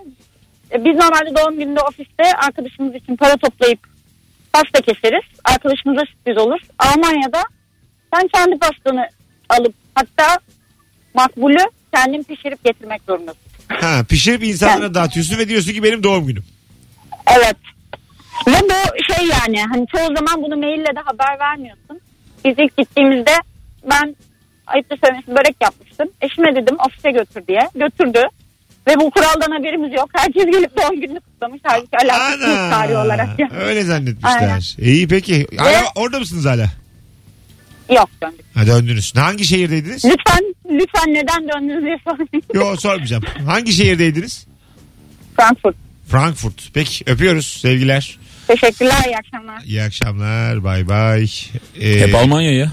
[SPEAKER 13] e, biz normalde doğum gününde ofiste arkadaşımız için para toplayıp pasta keseriz. Arkadaşımıza sürpriz olur. Almanya'da sen kendi pastanı alıp hatta makbulü kendin pişirip getirmek zorundasın.
[SPEAKER 2] Ha pişirip insanlara dağıtıyorsun ve diyorsun ki benim doğum günüm.
[SPEAKER 13] Evet. Ve bu şey yani hani çoğu zaman bunu maille de haber vermiyorsun. Biz ilk gittiğimizde ben ayıptır söylemesi börek yapmıştım. Eşime dedim ofise götür diye. Götürdü. Ve bu kuraldan haberimiz yok. Herkes gelip doğum gününü kutlamış. Halbuki alakası yok tarih olarak.
[SPEAKER 2] Ana. Öyle zannetmişler.
[SPEAKER 13] Aynen.
[SPEAKER 2] İyi peki. Hala, orada mısınız hala?
[SPEAKER 13] Yok döndük.
[SPEAKER 2] Ha döndünüz. Hangi şehirdeydiniz?
[SPEAKER 13] Lütfen, lütfen neden döndünüz diye sormayın.
[SPEAKER 2] Yo sormayacağım. Hangi şehirdeydiniz?
[SPEAKER 13] Frankfurt.
[SPEAKER 2] Frankfurt. Peki öpüyoruz. Sevgiler.
[SPEAKER 13] Teşekkürler, iyi akşamlar.
[SPEAKER 2] İyi akşamlar. Bay bay. Ee,
[SPEAKER 3] Hep Almanya ya.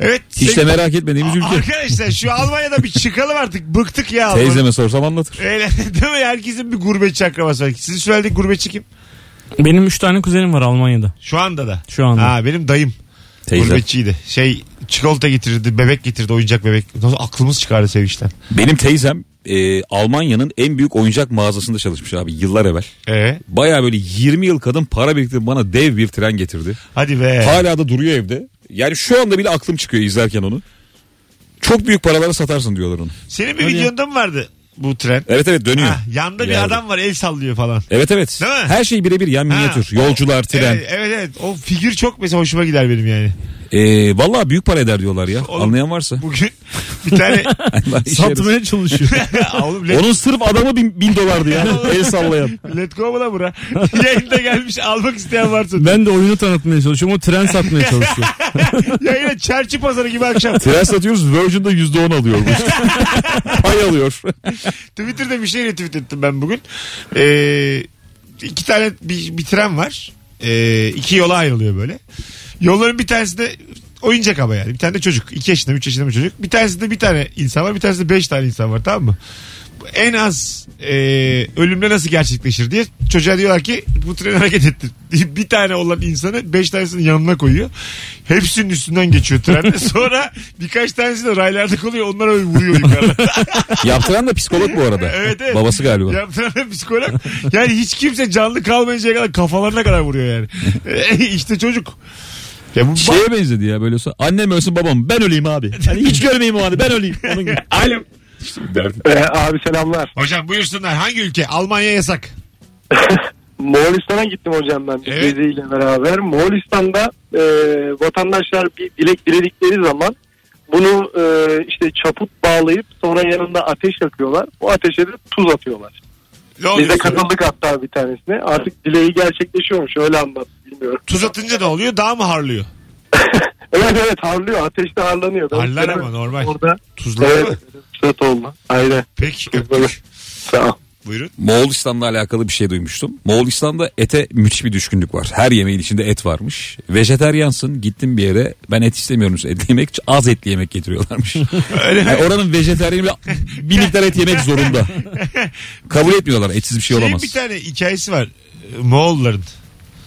[SPEAKER 2] evet.
[SPEAKER 3] Hiç de
[SPEAKER 2] sevgili-
[SPEAKER 3] merak etmediğimiz
[SPEAKER 2] Aa,
[SPEAKER 3] ülke.
[SPEAKER 2] Arkadaşlar şu Almanya'da bir çıkalım artık. Bıktık ya. Almanya.
[SPEAKER 3] Teyzeme sorsam anlatır.
[SPEAKER 2] Öyle değil mi? Herkesin bir gurbetçi akrabası var. Sizin söylediğiniz gurbetçi kim?
[SPEAKER 4] Benim 3 tane kuzenim var Almanya'da.
[SPEAKER 2] Şu anda da.
[SPEAKER 4] Şu anda.
[SPEAKER 2] Ha, benim dayım.
[SPEAKER 3] Teyze.
[SPEAKER 2] Gurbetçiydi. Şey çikolata getirirdi, bebek getirdi, oyuncak bebek. Nasıl aklımız çıkardı sevişten.
[SPEAKER 3] Benim teyzem e, Almanya'nın en büyük oyuncak mağazasında çalışmış abi yıllar evvel.
[SPEAKER 2] Ee,
[SPEAKER 3] Baya böyle 20 yıl kadın para biriktirip bana dev bir tren getirdi.
[SPEAKER 2] hadi be.
[SPEAKER 3] Hala da duruyor evde. Yani şu anda bile aklım çıkıyor izlerken onu. Çok büyük paralara satarsın diyorlar onu.
[SPEAKER 2] Senin bir videonda mı vardı bu tren?
[SPEAKER 3] Evet evet dönüyor.
[SPEAKER 2] Ha, yanda bir
[SPEAKER 3] Yerde.
[SPEAKER 2] adam var el sallıyor falan.
[SPEAKER 3] Evet evet.
[SPEAKER 2] Değil mi?
[SPEAKER 3] Her şey birebir yan
[SPEAKER 2] Ha,
[SPEAKER 3] minyatür.
[SPEAKER 2] o-
[SPEAKER 3] Yolcular, tren.
[SPEAKER 2] Evet, evet evet. O figür çok mesela hoşuma gider benim yani.
[SPEAKER 3] Ee, vallahi büyük para eder diyorlar ya.
[SPEAKER 2] Oğlum,
[SPEAKER 3] Anlayan varsa.
[SPEAKER 2] Bugün bir tane
[SPEAKER 3] Allah işe yarasın.
[SPEAKER 4] Satmaya Şey, çalışıyor.
[SPEAKER 2] oğlum let,
[SPEAKER 3] Onun sırf adamı bin, bin dolardı ya. El sallayan.
[SPEAKER 2] let go mu lan bura? Yayında gelmiş almak isteyen varsa.
[SPEAKER 4] ben de oyunu tanıtmaya çalışıyorum. O tren satmaya çalışıyor.
[SPEAKER 2] Yayına çerçi pazarı gibi akşam.
[SPEAKER 3] Tren satıyoruz Virgin'de yüzde on alıyor bu işte. Pay alıyor.
[SPEAKER 2] Twitter'da bir şey retweet ettim ben bugün. Ee, iki tane bir, bir tren var. Ee, iki yola ayrılıyor böyle. Yolların bir tanesinde oyuncak ama yani. Bir tane de çocuk. iki yaşında, üç yaşında bir çocuk. Bir tanesinde bir tane insan var. Bir tanesinde beş tane insan var tamam mı? En az e, ölümle nasıl gerçekleşir diye çocuğa diyorlar ki bu tren hareket etti. Bir tane olan insanı beş tanesinin yanına koyuyor. Hepsinin üstünden geçiyor trende. Sonra birkaç tanesi de raylarda kalıyor. Onlara öyle vuruyor yukarıda.
[SPEAKER 3] Yaptıran da psikolog bu arada.
[SPEAKER 2] Evet, evet.
[SPEAKER 3] Babası galiba.
[SPEAKER 2] Yaptıran da psikolog. Yani hiç kimse canlı kalmayıncaya kadar kafalarına kadar vuruyor yani. işte çocuk. Ya bu
[SPEAKER 3] Şeye benzedi ya böyle olsa. Annem ölsün babam ben öleyim abi. Hani hiç görmeyeyim o anı ben öleyim. Onun gibi.
[SPEAKER 2] Alo.
[SPEAKER 11] E, abi selamlar.
[SPEAKER 2] Hocam buyursunlar hangi ülke? Almanya yasak.
[SPEAKER 11] Moğolistan'a gittim hocam ben
[SPEAKER 2] Evet.
[SPEAKER 11] Gezi ile beraber. Moğolistan'da e, vatandaşlar bir dilek diledikleri zaman bunu e, işte çaput bağlayıp sonra yanında ateş yakıyorlar. O ateşe de tuz atıyorlar.
[SPEAKER 2] Ne oluyor?
[SPEAKER 11] Biz de katıldık hatta bir tanesine. Artık dileği gerçekleşiyormuş öyle anlat bilmiyorum.
[SPEAKER 2] Tuz atınca ne oluyor? Dağ mı harlıyor?
[SPEAKER 11] Evet evet harlıyor ateşte harlanıyor. Ben
[SPEAKER 2] Harlar
[SPEAKER 11] istemem.
[SPEAKER 2] ama normal.
[SPEAKER 11] Orada
[SPEAKER 2] Tuzlar mı?
[SPEAKER 11] evet, fırsat oldu. Aynen.
[SPEAKER 2] Peki
[SPEAKER 11] Böyle.
[SPEAKER 2] öptük.
[SPEAKER 11] Sağ ol.
[SPEAKER 2] Buyurun.
[SPEAKER 3] Moğolistan'la alakalı bir şey duymuştum. Moğolistan'da ete müthiş bir düşkünlük var. Her yemeğin içinde et varmış. Vejeteryansın gittim bir yere ben et istemiyorum size. etli yemek az etli yemek getiriyorlarmış.
[SPEAKER 2] Öyle mi?
[SPEAKER 3] Yani oranın vejeteryeni bir miktar et yemek zorunda. Kabul etmiyorlar etsiz bir şey
[SPEAKER 2] Şeyin
[SPEAKER 3] olamaz.
[SPEAKER 2] bir tane hikayesi var. Ee, Moğolların.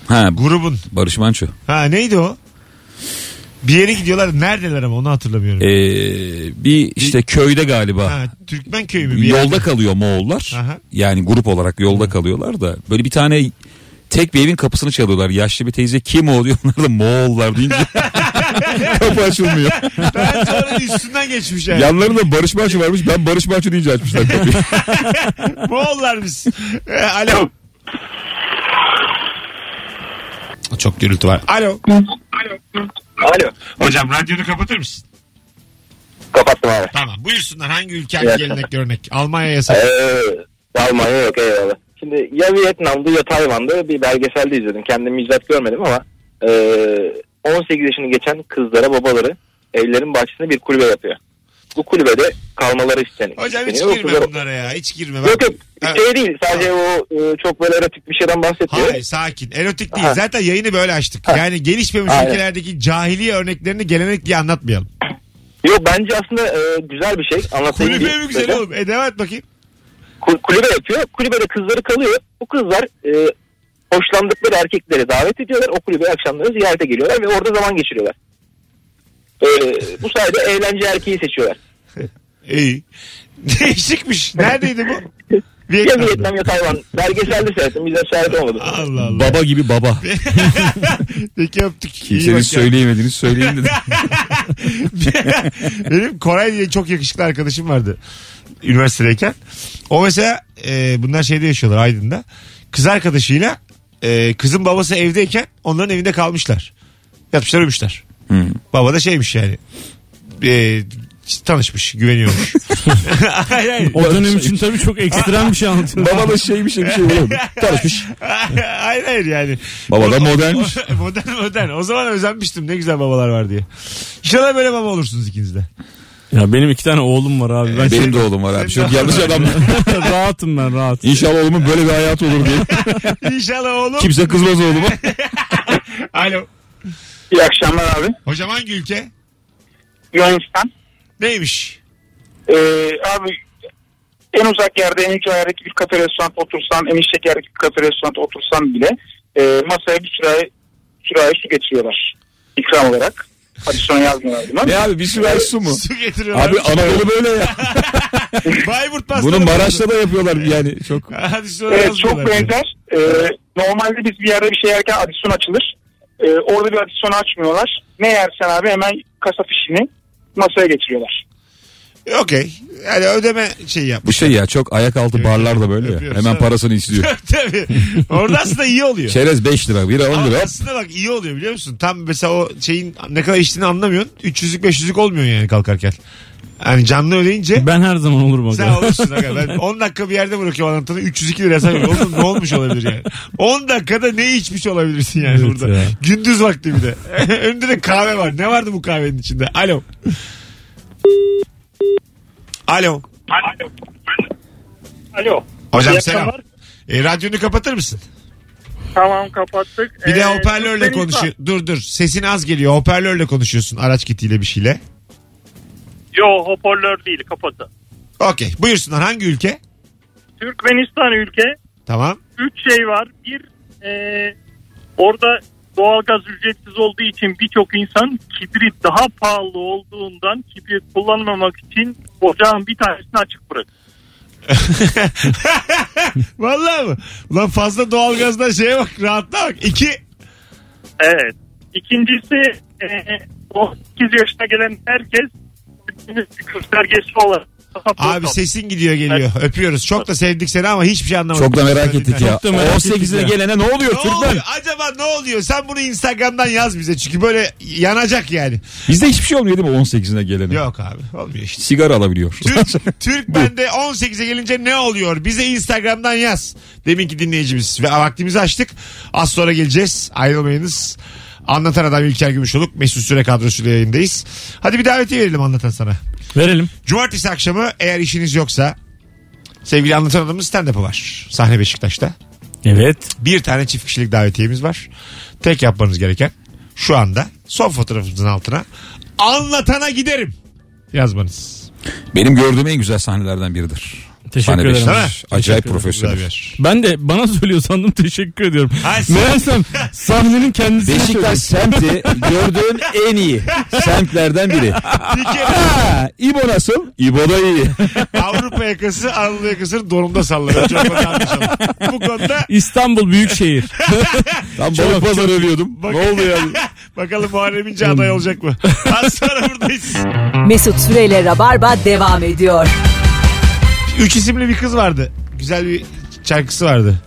[SPEAKER 3] Ha,
[SPEAKER 2] Grubun.
[SPEAKER 3] Barış Manço.
[SPEAKER 2] Ha neydi o? Bir yere gidiyorlar. Neredeler ama onu hatırlamıyorum.
[SPEAKER 3] Ee, bir işte köyde galiba.
[SPEAKER 2] Ha, Türkmen köyü mü? Bir yer?
[SPEAKER 3] Yolda kalıyor Moğollar.
[SPEAKER 2] Aha.
[SPEAKER 3] Yani grup olarak yolda kalıyorlar da böyle bir tane tek bir evin kapısını çalıyorlar. Yaşlı bir teyze kim o diyor. Onlar da Moğollar deyince kapı açılmıyor.
[SPEAKER 2] Ben sonra üstünden geçmiş yani.
[SPEAKER 3] Yanlarında Barış Manço varmış. Ben Barış Manço deyince açmışlar kapıyı.
[SPEAKER 2] Moğollar biz. E, alo. Çok gürültü var. Alo.
[SPEAKER 11] Alo.
[SPEAKER 2] Hocam radyonu kapatır mısın?
[SPEAKER 11] Kapattım abi.
[SPEAKER 2] Tamam. Buyursunlar hangi ülke hangi gelenek görmek? Almanya yasak.
[SPEAKER 11] Ee, Almanya yok eyvallah. Şimdi ya Vietnam'da ya Tayvan'da bir belgeselde izledim. Kendim icraat görmedim ama e, 18 yaşını geçen kızlara babaları evlerin bahçesinde bir kulübe yapıyor. Bu kulübede kalmaları isteniyor.
[SPEAKER 2] Hocam hiç
[SPEAKER 11] isteniyor. O
[SPEAKER 2] girme
[SPEAKER 11] kızlar-
[SPEAKER 2] bunlara ya. Hiç girme.
[SPEAKER 11] Yok yok
[SPEAKER 2] Ha,
[SPEAKER 11] şey değil sadece o e, çok böyle erotik bir şeyden bahsediyor.
[SPEAKER 2] Hayır sakin. Erotik değil.
[SPEAKER 11] Ha.
[SPEAKER 2] Zaten yayını böyle açtık. Yani gelişmemiş
[SPEAKER 11] Aynen.
[SPEAKER 2] ülkelerdeki cahiliye örneklerini gelenek diye anlatmayalım.
[SPEAKER 11] Yok bence aslında e, güzel bir şey. Anlatayım
[SPEAKER 2] Kulübe
[SPEAKER 11] diyeyim
[SPEAKER 2] mi güzel
[SPEAKER 11] size.
[SPEAKER 2] oğlum? E devam et bakayım.
[SPEAKER 11] Kul- kulübe yapıyor. Kulübede kızları kalıyor. Bu kızlar e, hoşlandıkları erkekleri davet ediyorlar. O kulübe akşamları ziyarete geliyorlar ve orada zaman geçiriyorlar. E, bu sayede eğlence erkeği seçiyorlar.
[SPEAKER 2] İyi. Değişikmiş. Neredeydi bu?
[SPEAKER 11] Ya
[SPEAKER 2] Vietnam'da.
[SPEAKER 11] Vietnam ya Tayvan. Belgeselde seyrettim. Bizler şahit olmadık.
[SPEAKER 2] Allah Allah.
[SPEAKER 3] baba gibi baba.
[SPEAKER 2] Peki öptük. İyi bak
[SPEAKER 3] Kimsenin
[SPEAKER 2] ya.
[SPEAKER 3] söyleyemediğini söyleyeyim dedim.
[SPEAKER 2] Benim Koray diye çok yakışıklı arkadaşım vardı üniversitedeyken. O mesela e, bunlar şeyde yaşıyorlar Aydın'da. Kız arkadaşıyla e, kızın babası evdeyken onların evinde
[SPEAKER 3] Hmm.
[SPEAKER 2] kalmışlar. Yatmışlar ölmüşler. Baba da şeymiş yani. E, tanışmış güveniyormuş. hayır, hayır.
[SPEAKER 4] O dönem için tabii çok ekstrem bir şey anlatıyorsun.
[SPEAKER 3] Baba da şeymiş de bir şey oluyor. Tanışmış.
[SPEAKER 2] hayır hayır yani.
[SPEAKER 3] Baba da
[SPEAKER 2] O-
[SPEAKER 3] modernmiş.
[SPEAKER 2] o- modern modern. O zaman özenmiştim ne güzel babalar var diye. İnşallah böyle baba olursunuz ikiniz de.
[SPEAKER 4] Ya benim iki tane oğlum var abi. Ben şey-
[SPEAKER 3] Benim de oğlum var abi. Çok yanlış adam.
[SPEAKER 4] rahatım ben rahat.
[SPEAKER 3] İnşallah oğlumun böyle bir hayatı olur diye.
[SPEAKER 2] İnşallah oğlum.
[SPEAKER 3] Kimse kızmaz oğluma.
[SPEAKER 2] Alo.
[SPEAKER 9] İyi akşamlar abi.
[SPEAKER 2] Hocam hangi ülke?
[SPEAKER 9] Yunanistan.
[SPEAKER 2] Neymiş?
[SPEAKER 9] Ee, abi en uzak yerde en yüce yerdeki bir kafe restoran otursan en işlek yerdeki bir kafe restoran otursan bile e, masaya bir sürahi, sürahi su getiriyorlar. İkram olarak. Hadi sonra yazmıyorlar buna. Ee,
[SPEAKER 3] Ne E abi bir sürahi su mu?
[SPEAKER 2] Su getiriyorlar.
[SPEAKER 3] Abi Anadolu böyle ya.
[SPEAKER 2] Bayburt pastanesi.
[SPEAKER 3] Bunu Maraş'ta da yapıyorlar yani çok.
[SPEAKER 2] Hadi sonra
[SPEAKER 9] Evet çok
[SPEAKER 2] yazmıyorlar.
[SPEAKER 9] benzer. Ee, normalde biz bir yerde bir şey yerken adisyon açılır. Ee, orada bir adisyon açmıyorlar. Ne yersen abi hemen kasa fişini masaya getiriyorlar.
[SPEAKER 2] Okey. Yani ödeme şeyi yap.
[SPEAKER 3] Bu şey ya çok ayak altı barlar da böyle ya.
[SPEAKER 2] Yapıyoruz,
[SPEAKER 3] Hemen
[SPEAKER 2] evet.
[SPEAKER 3] parasını istiyor.
[SPEAKER 2] Tabii. Orada aslında iyi oluyor.
[SPEAKER 3] Çerez 5 lira, bira 10
[SPEAKER 2] Ama
[SPEAKER 3] Şey, lira.
[SPEAKER 2] aslında bak iyi oluyor biliyor musun? Tam mesela o şeyin ne kadar içtiğini anlamıyorsun. 300'lük 500'lük olmuyor yani kalkarken. Yani canlı ödeyince
[SPEAKER 4] Ben her zaman olurum aga.
[SPEAKER 2] sen olursun. aga. Ben 10 dakika bir yerde bırakıyorum anlatanı 302 lira sen oğlum ne olmuş olabilir yani. 10 dakikada ne içmiş olabilirsin yani
[SPEAKER 4] Evet
[SPEAKER 2] burada.
[SPEAKER 4] ya.
[SPEAKER 2] Gündüz vakti bir de. Önünde de kahve var. Ne vardı bu kahvenin içinde? Alo. Alo.
[SPEAKER 8] Alo.
[SPEAKER 2] Hocam
[SPEAKER 8] İyi
[SPEAKER 2] selam.
[SPEAKER 8] akşamlar.
[SPEAKER 2] E, radyonu kapatır mısın?
[SPEAKER 8] Tamam kapattık.
[SPEAKER 2] Bir de
[SPEAKER 8] Ee,
[SPEAKER 2] hoparlörle
[SPEAKER 8] Türkmenistan-
[SPEAKER 2] konuşuyor. Dur dur sesin az geliyor. Hoparlörle konuşuyorsun araç kitiyle bir şeyle.
[SPEAKER 8] Yo hoparlör değil kapatı.
[SPEAKER 2] Okey. Buyursunlar hangi ülke?
[SPEAKER 8] Türkmenistan ülke.
[SPEAKER 2] Tamam.
[SPEAKER 8] Üç şey var. Bir e, orada doğalgaz ücretsiz olduğu için birçok insan kibrit daha pahalı olduğundan kibrit kullanmamak için ocağın bir tanesini açık bırakıyor.
[SPEAKER 2] Vallahi mı? Ulan fazla doğalgazdan şeye bak rahatla bak. İki.
[SPEAKER 8] Evet. İkincisi e, 18 yaşına gelen herkes göstergesi olarak.
[SPEAKER 2] Abi sesin gidiyor geliyor. Öpüyoruz. Çok da sevdik seni ama hiçbir şey anlamadık.
[SPEAKER 3] Çok da merak ettik ya.
[SPEAKER 4] Çok da merak ettik
[SPEAKER 3] 18'ine
[SPEAKER 4] ya.
[SPEAKER 3] gelene ne oluyor
[SPEAKER 2] Ne oluyor?
[SPEAKER 3] Türkmen?
[SPEAKER 2] Acaba ne oluyor? Sen bunu Instagram'dan yaz bize. Çünkü böyle yanacak yani.
[SPEAKER 3] Bizde hiçbir şey olmuyor değil mi 18'ine gelene?
[SPEAKER 2] Yok abi. Olmuyor işte.
[SPEAKER 3] Sigara alabiliyor.
[SPEAKER 2] Türk, Türk bende 18'e gelince ne oluyor? Bize Instagram'dan yaz. Deminki dinleyicimiz. Ve vaktimizi açtık. Az sonra geleceğiz. Ayrılmayınız. Anlatan adam İlker Gümüşoluk. Mesut Süre kadrosuyla yayındayız. Hadi bir davetiye verelim anlatan sana.
[SPEAKER 4] Verelim.
[SPEAKER 2] Cumartesi akşamı eğer işiniz yoksa sevgili anlatan adamın stand-up'ı var. Sahne Beşiktaş'ta.
[SPEAKER 4] Evet.
[SPEAKER 2] Bir tane çift kişilik davetiyemiz var. Tek yapmanız gereken şu anda son fotoğrafımızın altına anlatana giderim yazmanız.
[SPEAKER 3] Benim gördüğüm en güzel sahnelerden biridir.
[SPEAKER 4] Teşekkür
[SPEAKER 3] Sahne
[SPEAKER 4] ederim.
[SPEAKER 3] beşler.
[SPEAKER 2] Değil mi?
[SPEAKER 3] Acayip
[SPEAKER 4] ederim.
[SPEAKER 2] Güzel bir
[SPEAKER 3] profesyonel.
[SPEAKER 2] yer.
[SPEAKER 4] Ben de bana söylüyor sandım teşekkür ediyorum.
[SPEAKER 2] Hayır, sen-
[SPEAKER 4] Meğersem sahnenin kendisine söylüyor.
[SPEAKER 3] Beşiktaş semti gördüğüm en iyi semtlerden biri.
[SPEAKER 2] Bir kere
[SPEAKER 3] Ha, İbo nasıl? İbo da iyi.
[SPEAKER 2] Avrupa yakası Anadolu yakasını donumda sallanıyor. Çok fazla anlaşalım. Bu konuda
[SPEAKER 4] İstanbul Büyükşehir.
[SPEAKER 3] Ben balık pazarı övüyordum.
[SPEAKER 2] Bak-
[SPEAKER 3] Ne oldu yani?
[SPEAKER 2] bakalım Muharrem İnce aday olacak mı? Az sonra buradayız.
[SPEAKER 1] Mesut Süreyle Rabarba devam ediyor.
[SPEAKER 2] Üç isimli bir kız vardı. Güzel bir şarkısı vardı.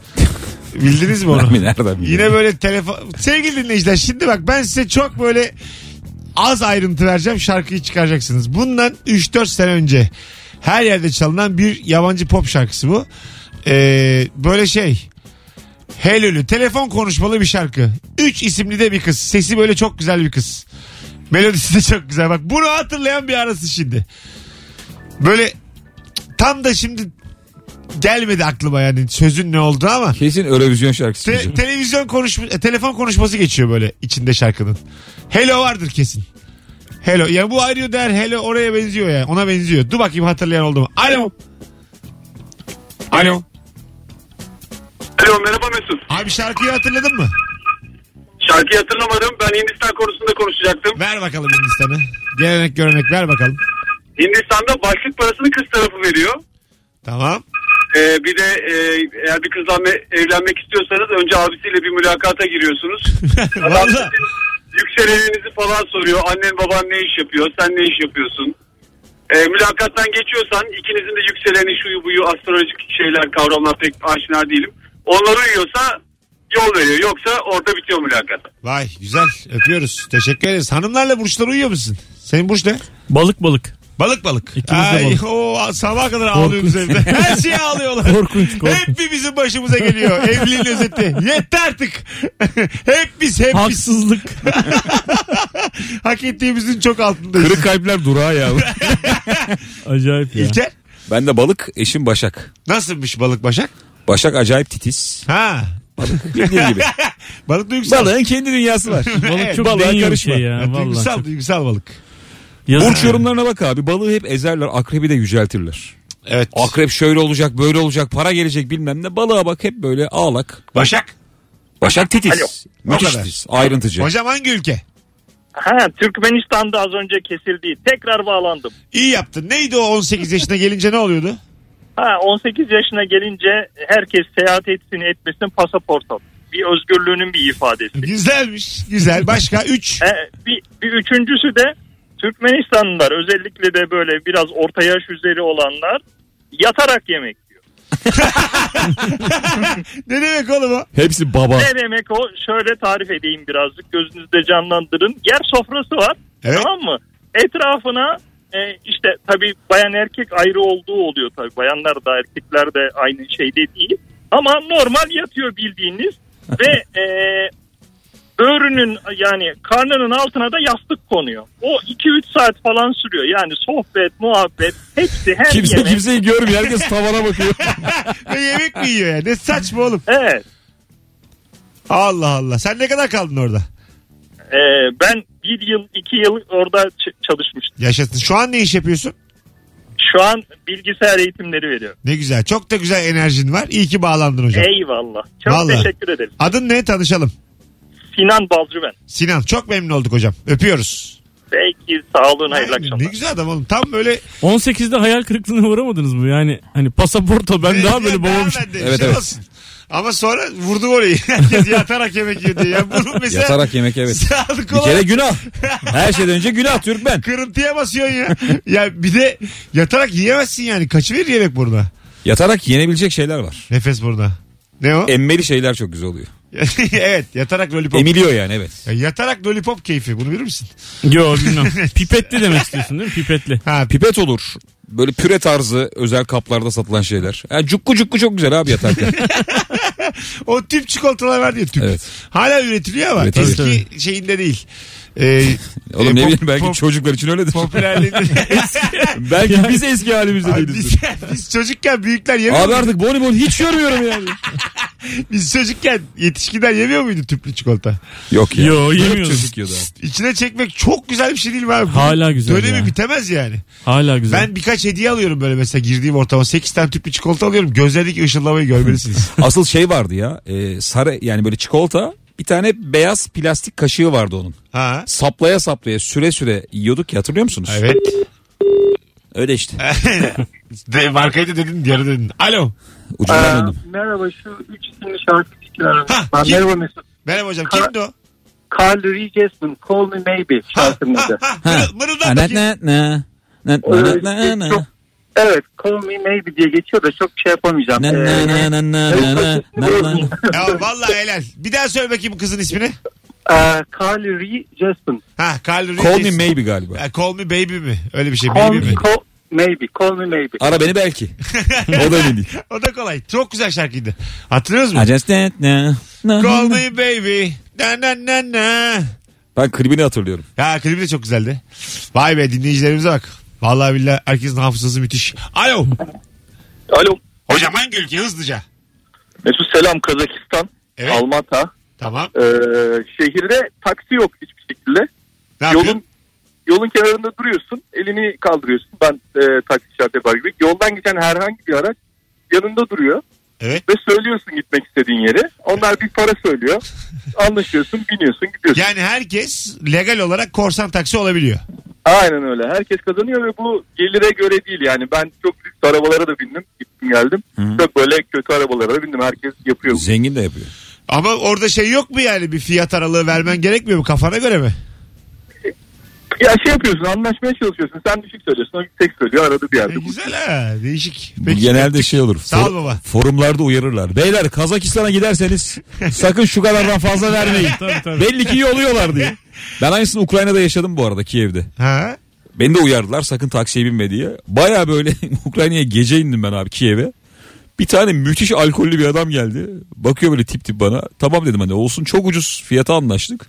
[SPEAKER 2] Bildiniz mi onu?
[SPEAKER 3] Abi nereden biliyorsun?
[SPEAKER 2] Yine böyle telefon... Sevgili dinleyiciler şimdi bak ben size çok böyle az ayrıntı vereceğim şarkıyı çıkaracaksınız. Bundan 3-4 sene önce her yerde çalınan bir yabancı pop şarkısı bu. Ee, böyle şey... Helülü telefon konuşmalı bir şarkı. 3 isimli de bir kız. Sesi böyle çok güzel bir kız. Melodisi de çok güzel. Bak bunu hatırlayan bir arası şimdi. Böyle tam da şimdi gelmedi aklıma yani sözün ne oldu ama.
[SPEAKER 3] Kesin Eurovision şarkısı.
[SPEAKER 2] Te-
[SPEAKER 3] diyeceğim.
[SPEAKER 2] televizyon konuşma, e, telefon konuşması geçiyor böyle içinde şarkının. Hello vardır kesin. Hello. Ya bu ayrıyor der hello oraya benziyor ya. Ona benziyor. Dur bakayım hatırlayan oldu mu? Alo. Alo.
[SPEAKER 8] Alo merhaba Mesut.
[SPEAKER 2] Abi şarkıyı hatırladın mı?
[SPEAKER 8] Şarkıyı hatırlamadım. Ben Hindistan konusunda konuşacaktım.
[SPEAKER 2] Ver bakalım Hindistan'ı. Gelenek görenek ver bakalım.
[SPEAKER 8] Hindistan'da başlık parasını kız tarafı veriyor.
[SPEAKER 2] Tamam.
[SPEAKER 8] Ee, bir de e, eğer bir kızla me- evlenmek istiyorsanız önce abisiyle bir mülakata giriyorsunuz. Adam
[SPEAKER 2] Valla.
[SPEAKER 8] sizin yükseleninizi falan soruyor. Annen baban ne iş yapıyor? Sen ne iş yapıyorsun? Ee, mülakattan geçiyorsan ikinizin de yükseleni şuyu buyu astrolojik şeyler kavramlar pek aşina değilim. Onları uyuyorsa yol veriyor. Yoksa orada bitiyor mülakat.
[SPEAKER 2] Vay güzel. Öpüyoruz. Teşekkür ederiz. Hanımlarla burçlar uyuyor musun? Senin burç ne?
[SPEAKER 4] balık balık.
[SPEAKER 2] Balık balık.
[SPEAKER 4] İkimiz de balık.
[SPEAKER 2] o, sabah kadar ağlıyoruz
[SPEAKER 4] Korkunç.
[SPEAKER 2] evde. Her şeye ağlıyorlar.
[SPEAKER 4] Korkunç, korkunç.
[SPEAKER 2] Hep bir bizim başımıza geliyor. Evliliğin özeti. Yeter artık. hep biz hep biz.
[SPEAKER 4] Haksızlık.
[SPEAKER 2] Hak ettiğimizin çok altındayız.
[SPEAKER 3] Kırık kalpler durağı ya.
[SPEAKER 4] Acayip ya.
[SPEAKER 2] İlker
[SPEAKER 3] ben de balık eşim Başak.
[SPEAKER 2] nasılmış balık başak?
[SPEAKER 3] Başak acayip titiz.
[SPEAKER 2] Ha.
[SPEAKER 3] Bildiğin gibi.
[SPEAKER 2] Balık duygusal.
[SPEAKER 3] Balığın kendi dünyası var.
[SPEAKER 4] Balık çok
[SPEAKER 3] Balığa
[SPEAKER 4] deniyor bir
[SPEAKER 3] karışma.
[SPEAKER 4] şey ya.
[SPEAKER 2] Ha,
[SPEAKER 4] Vallahi
[SPEAKER 2] duygusal,
[SPEAKER 4] çok-
[SPEAKER 2] duygusal balık.
[SPEAKER 4] Yazık.
[SPEAKER 3] Burç yorumlarına bak abi. Balığı hep ezerler. Akrebi de yüceltirler.
[SPEAKER 2] Evet.
[SPEAKER 3] Akrep şöyle olacak böyle olacak para gelecek bilmem ne. Balığa bak hep böyle ağlak.
[SPEAKER 2] Başak.
[SPEAKER 3] Başak titiz. Müthiş
[SPEAKER 2] O kadar.
[SPEAKER 3] titiz. Ayrıntıcı.
[SPEAKER 2] Hocam hangi ülke?
[SPEAKER 8] Ha, Türkmenistan'da az önce kesildi. Tekrar bağlandım.
[SPEAKER 2] İyi yaptın. Neydi o 18 yaşına gelince ne oluyordu?
[SPEAKER 8] Ha, 18 yaşına gelince herkes seyahat etsin etmesin pasaport al. Bir özgürlüğünün bir ifadesi.
[SPEAKER 2] Güzelmiş. Güzel. Başka 3.
[SPEAKER 8] E, bir, bir üçüncüsü de Türkmenistanlılar özellikle de böyle biraz orta yaş üzeri olanlar yatarak yemek yiyor.
[SPEAKER 2] Ne demek oğlum o?
[SPEAKER 3] Hepsi baba.
[SPEAKER 8] Ne demek o? Şöyle tarif edeyim birazcık gözünüzde canlandırın. Yer sofrası var
[SPEAKER 2] Evet.
[SPEAKER 8] tamam mı? Etrafına e, işte tabii bayan erkek ayrı olduğu oluyor tabii. Bayanlar da erkekler de aynı şeyde değil. Ama normal yatıyor bildiğiniz ve e, böğrünün yani karnının altına da yastık konuyor. O 2-3 saat falan sürüyor. Yani sohbet, muhabbet hepsi her
[SPEAKER 3] Kimse
[SPEAKER 8] yemek.
[SPEAKER 3] kimseyi görmüyor. Herkes tavana bakıyor.
[SPEAKER 2] Ve yemek mi yiyor ya? Ne saçma oğlum.
[SPEAKER 8] Evet.
[SPEAKER 2] Allah Allah. Sen ne kadar kaldın orada?
[SPEAKER 8] E, ben bir yıl, iki yıl orada ç- çalışmıştım.
[SPEAKER 2] Yaşasın. Şu an ne iş yapıyorsun?
[SPEAKER 8] Şu an bilgisayar eğitimleri veriyorum.
[SPEAKER 2] Ne güzel. Çok da güzel enerjin var. İyi ki bağlandın hocam.
[SPEAKER 8] Eyvallah. Çok
[SPEAKER 2] Vallahi.
[SPEAKER 8] teşekkür ederim.
[SPEAKER 2] Adın ne? Tanışalım.
[SPEAKER 8] Sinan Balcı ben.
[SPEAKER 2] Sinan. Çok memnun olduk hocam. Öpüyoruz.
[SPEAKER 8] Peki sağ olun hayırlı
[SPEAKER 2] Ay, ne
[SPEAKER 8] akşamlar.
[SPEAKER 2] güzel adam oğlum. Tam böyle.
[SPEAKER 4] 18'de hayal kırıklığına uğramadınız mı? Yani hani pasaporta
[SPEAKER 2] Ee,
[SPEAKER 4] ben daha böyle babam.
[SPEAKER 2] bende bir
[SPEAKER 3] Evet,
[SPEAKER 2] şey
[SPEAKER 3] evet.
[SPEAKER 2] olsun. Ama sonra vurdu orayı. Herkes yatarak yemek yiyor diye. Ya bunu mesela
[SPEAKER 3] Yatarak yemek evet.
[SPEAKER 2] sağlık
[SPEAKER 3] Bir
[SPEAKER 2] olarak
[SPEAKER 3] kere günah. Her şeyden önce günah Türkmen.
[SPEAKER 2] kırıntıya basıyorsun ya. ya bir de yatarak yiyemezsin yani. Kaçıverir yemek burada.
[SPEAKER 3] Yatarak yenebilecek şeyler var.
[SPEAKER 2] Nefes burada. Ne o?
[SPEAKER 3] Emmeli şeyler çok güzel oluyor.
[SPEAKER 2] evet yatarak lollipop.
[SPEAKER 3] Emiliyor yani evet.
[SPEAKER 2] Ya yatarak lollipop keyfi bunu bilir misin?
[SPEAKER 4] Yo bilmem. Pipetli demek istiyorsun değil mi? Pipetli.
[SPEAKER 2] Ha
[SPEAKER 3] Pipet olur. Böyle püre tarzı özel kaplarda satılan şeyler. Yani cukku cukku çok güzel abi yatarken.
[SPEAKER 2] o tüp çikolatalar vardı ya tüp.
[SPEAKER 3] Evet.
[SPEAKER 2] Hala üretiliyor ama
[SPEAKER 3] Üretiliyor.
[SPEAKER 2] eski şeyinde değil. Ee,
[SPEAKER 3] Oğlum
[SPEAKER 2] e,
[SPEAKER 3] ne
[SPEAKER 2] pop-
[SPEAKER 3] bileyim belki
[SPEAKER 2] pop-
[SPEAKER 3] çocuklar için öyledir.
[SPEAKER 2] popülerliğinde-
[SPEAKER 3] belki biz eski halimizde
[SPEAKER 2] Abi
[SPEAKER 3] değiliz.
[SPEAKER 2] biz, biz çocukken büyükler yemiyor.
[SPEAKER 3] Abi artık bonibon hiç görmüyorum yani.
[SPEAKER 2] Biz çocukken yetişkinler yemiyor muydu tüplü çikolata?
[SPEAKER 3] Yok ya.
[SPEAKER 4] Yo yemiyoruz.
[SPEAKER 3] Çocuk yiyordu abi.
[SPEAKER 2] İçine çekmek çok güzel bir şey değil mi abi?
[SPEAKER 4] Hala güzel
[SPEAKER 2] Dönemi
[SPEAKER 4] ya.
[SPEAKER 2] bitemez yani.
[SPEAKER 4] Hala güzel.
[SPEAKER 2] Ben birkaç hediye alıyorum böyle mesela girdiğim ortama. 8 tane tüplü çikolata alıyorum. Gözlerdeki ışıldamayı görmelisiniz.
[SPEAKER 3] Asıl şey vardı ya. e, sarı yani böyle çikolata bir tane beyaz plastik kaşığı vardı onun.
[SPEAKER 2] ha.
[SPEAKER 3] Saplaya saplaya süre süre yiyorduk ya hatırlıyor musunuz?
[SPEAKER 2] Evet.
[SPEAKER 3] Öyle işte.
[SPEAKER 2] De, markayı da dedin yarı dedin. Alo.
[SPEAKER 3] Ucundan döndüm.
[SPEAKER 9] merhaba şu üç isimli şarkı fikirlerim.
[SPEAKER 2] Ha,
[SPEAKER 9] Ben
[SPEAKER 2] kim?
[SPEAKER 9] merhaba Mesut.
[SPEAKER 2] Merhaba hocam. Kimdi o?
[SPEAKER 9] Carl Regesman, Call Me Maybe şarkının adı.
[SPEAKER 3] Ha.
[SPEAKER 2] Mırıldan
[SPEAKER 3] Ha, na,
[SPEAKER 2] bakayım.
[SPEAKER 3] na, na. Na, na,
[SPEAKER 9] Ee,
[SPEAKER 3] na, na.
[SPEAKER 9] çok- Evet Call Me Maybe diye geçiyor da çok şey yapamayacağım.
[SPEAKER 3] Na,
[SPEAKER 9] Ee,
[SPEAKER 3] na, na, na, na, na, na, na, na.
[SPEAKER 2] Ya vallahi helal. Bir daha söyle bakayım kızın ismini.
[SPEAKER 9] Ee, Carl Regesman.
[SPEAKER 2] Ha, Carly
[SPEAKER 3] Call me maybe galiba.
[SPEAKER 2] Ha, call me baby mi? Öyle bir şey.
[SPEAKER 9] Call,
[SPEAKER 2] Baby mi?
[SPEAKER 9] Call- Maybe, Call Me Maybe.
[SPEAKER 3] Ara beni belki. o da emin değil.
[SPEAKER 2] O da kolay. Çok güzel şarkıydı. Hatırlıyorsunuz mu?
[SPEAKER 3] I just na, na, na,
[SPEAKER 2] Call
[SPEAKER 3] na.
[SPEAKER 2] me baby. Na na na na.
[SPEAKER 3] Ben klibini hatırlıyorum.
[SPEAKER 2] Ya klibi de çok güzeldi. Vay be dinleyicilerimize bak. Vallahi billahi herkesin hafızası müthiş. Alo.
[SPEAKER 11] Alo.
[SPEAKER 2] Hocam hangi ülke hızlıca?
[SPEAKER 11] Mesut selam Kazakistan.
[SPEAKER 2] Evet.
[SPEAKER 11] Almata.
[SPEAKER 2] Tamam.
[SPEAKER 11] Ee, şehirde taksi yok hiçbir şekilde.
[SPEAKER 2] Ne yapıyorsun?
[SPEAKER 11] Yolun yolun kenarında duruyorsun. Elini kaldırıyorsun. Ben e, taksi şart yapar gibi. Yoldan geçen herhangi bir araç yanında duruyor.
[SPEAKER 2] Evet.
[SPEAKER 11] Ve söylüyorsun gitmek istediğin yere. Onlar bir para söylüyor. Anlaşıyorsun, biniyorsun, gidiyorsun.
[SPEAKER 2] Yani herkes legal olarak korsan taksi olabiliyor.
[SPEAKER 11] Aynen öyle. Herkes kazanıyor ve bu gelire göre değil yani. Ben çok lüks arabalara da bindim. Gittim geldim. Çok böyle kötü arabalara da bindim. Herkes yapıyor. bunu.
[SPEAKER 3] Zengin de yapıyor.
[SPEAKER 2] Ama orada şey yok mu yani bir fiyat aralığı vermen gerekmiyor mu kafana göre mi?
[SPEAKER 11] Ya şey yapıyorsun anlaşmaya çalışıyorsun. Sen düşük söylüyorsun. O yüksek söylüyor. Arada bir
[SPEAKER 2] E,
[SPEAKER 11] yerde. bu.
[SPEAKER 2] güzel ha değişik.
[SPEAKER 3] Bu
[SPEAKER 2] Peki.
[SPEAKER 3] genelde şey olur.
[SPEAKER 2] Sağ ol
[SPEAKER 3] for-
[SPEAKER 2] baba.
[SPEAKER 3] Forumlarda uyarırlar. Beyler Kazakistan'a giderseniz sakın şu kadardan fazla vermeyin.
[SPEAKER 4] Tabii, tabii.
[SPEAKER 3] Belli ki iyi oluyorlar diye. Ben aynısını Ukrayna'da yaşadım bu arada Kiev'de.
[SPEAKER 2] Ha?
[SPEAKER 3] Beni de uyardılar sakın taksiye binme diye. Baya böyle Ukrayna'ya gece indim ben abi Kiev'e. Bir tane müthiş alkollü bir adam geldi. Bakıyor böyle tip tip bana. Tamam dedim hani olsun çok ucuz fiyata anlaştık.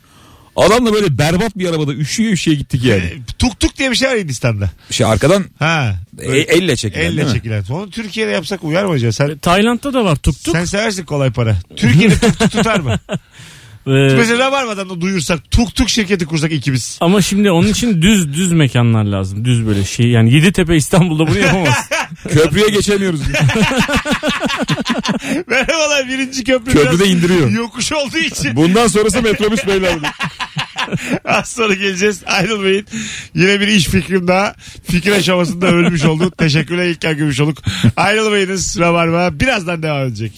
[SPEAKER 3] Adamla böyle berbat bir arabada üşüye üşüye gittik yani.
[SPEAKER 2] E, Tuk tuk diye bir şey var Hindistan'da.
[SPEAKER 3] Şey arkadan
[SPEAKER 2] Ha.
[SPEAKER 3] e- elle çekilen değil
[SPEAKER 2] Elle
[SPEAKER 3] mi? E,
[SPEAKER 2] çekilen. Onu Türkiye'de yapsak uyar mı acaba? Sen,
[SPEAKER 4] Tayland'da da var tuk tuk.
[SPEAKER 2] sen seversin kolay para. Türkiye'de tuk tuk tutar mı?
[SPEAKER 4] Ee,
[SPEAKER 2] Mesela Rabarba'dan da duyursak tuk tuk şirketi kursak ikimiz.
[SPEAKER 4] ama şimdi onun için düz düz mekanlar lazım. Düz böyle şey. Yani Yeditepe İstanbul'da bunu yapamaz.
[SPEAKER 3] Köprüye geçemiyoruz.
[SPEAKER 2] Merhabalar birinci köprü
[SPEAKER 3] Köprüde
[SPEAKER 2] biraz
[SPEAKER 3] indiriyor.
[SPEAKER 2] yokuş olduğu için
[SPEAKER 3] Bundan sonrası metrobüs beyler.
[SPEAKER 2] az sonra geleceğiz. Ayrılmayın. Yine bir iş fikrim daha. Fikir aşamasında ölmüş oldu. Teşekkürler İlker Gümüşoluk. Ayrılmayınız Rabarba. Birazdan devam edecek.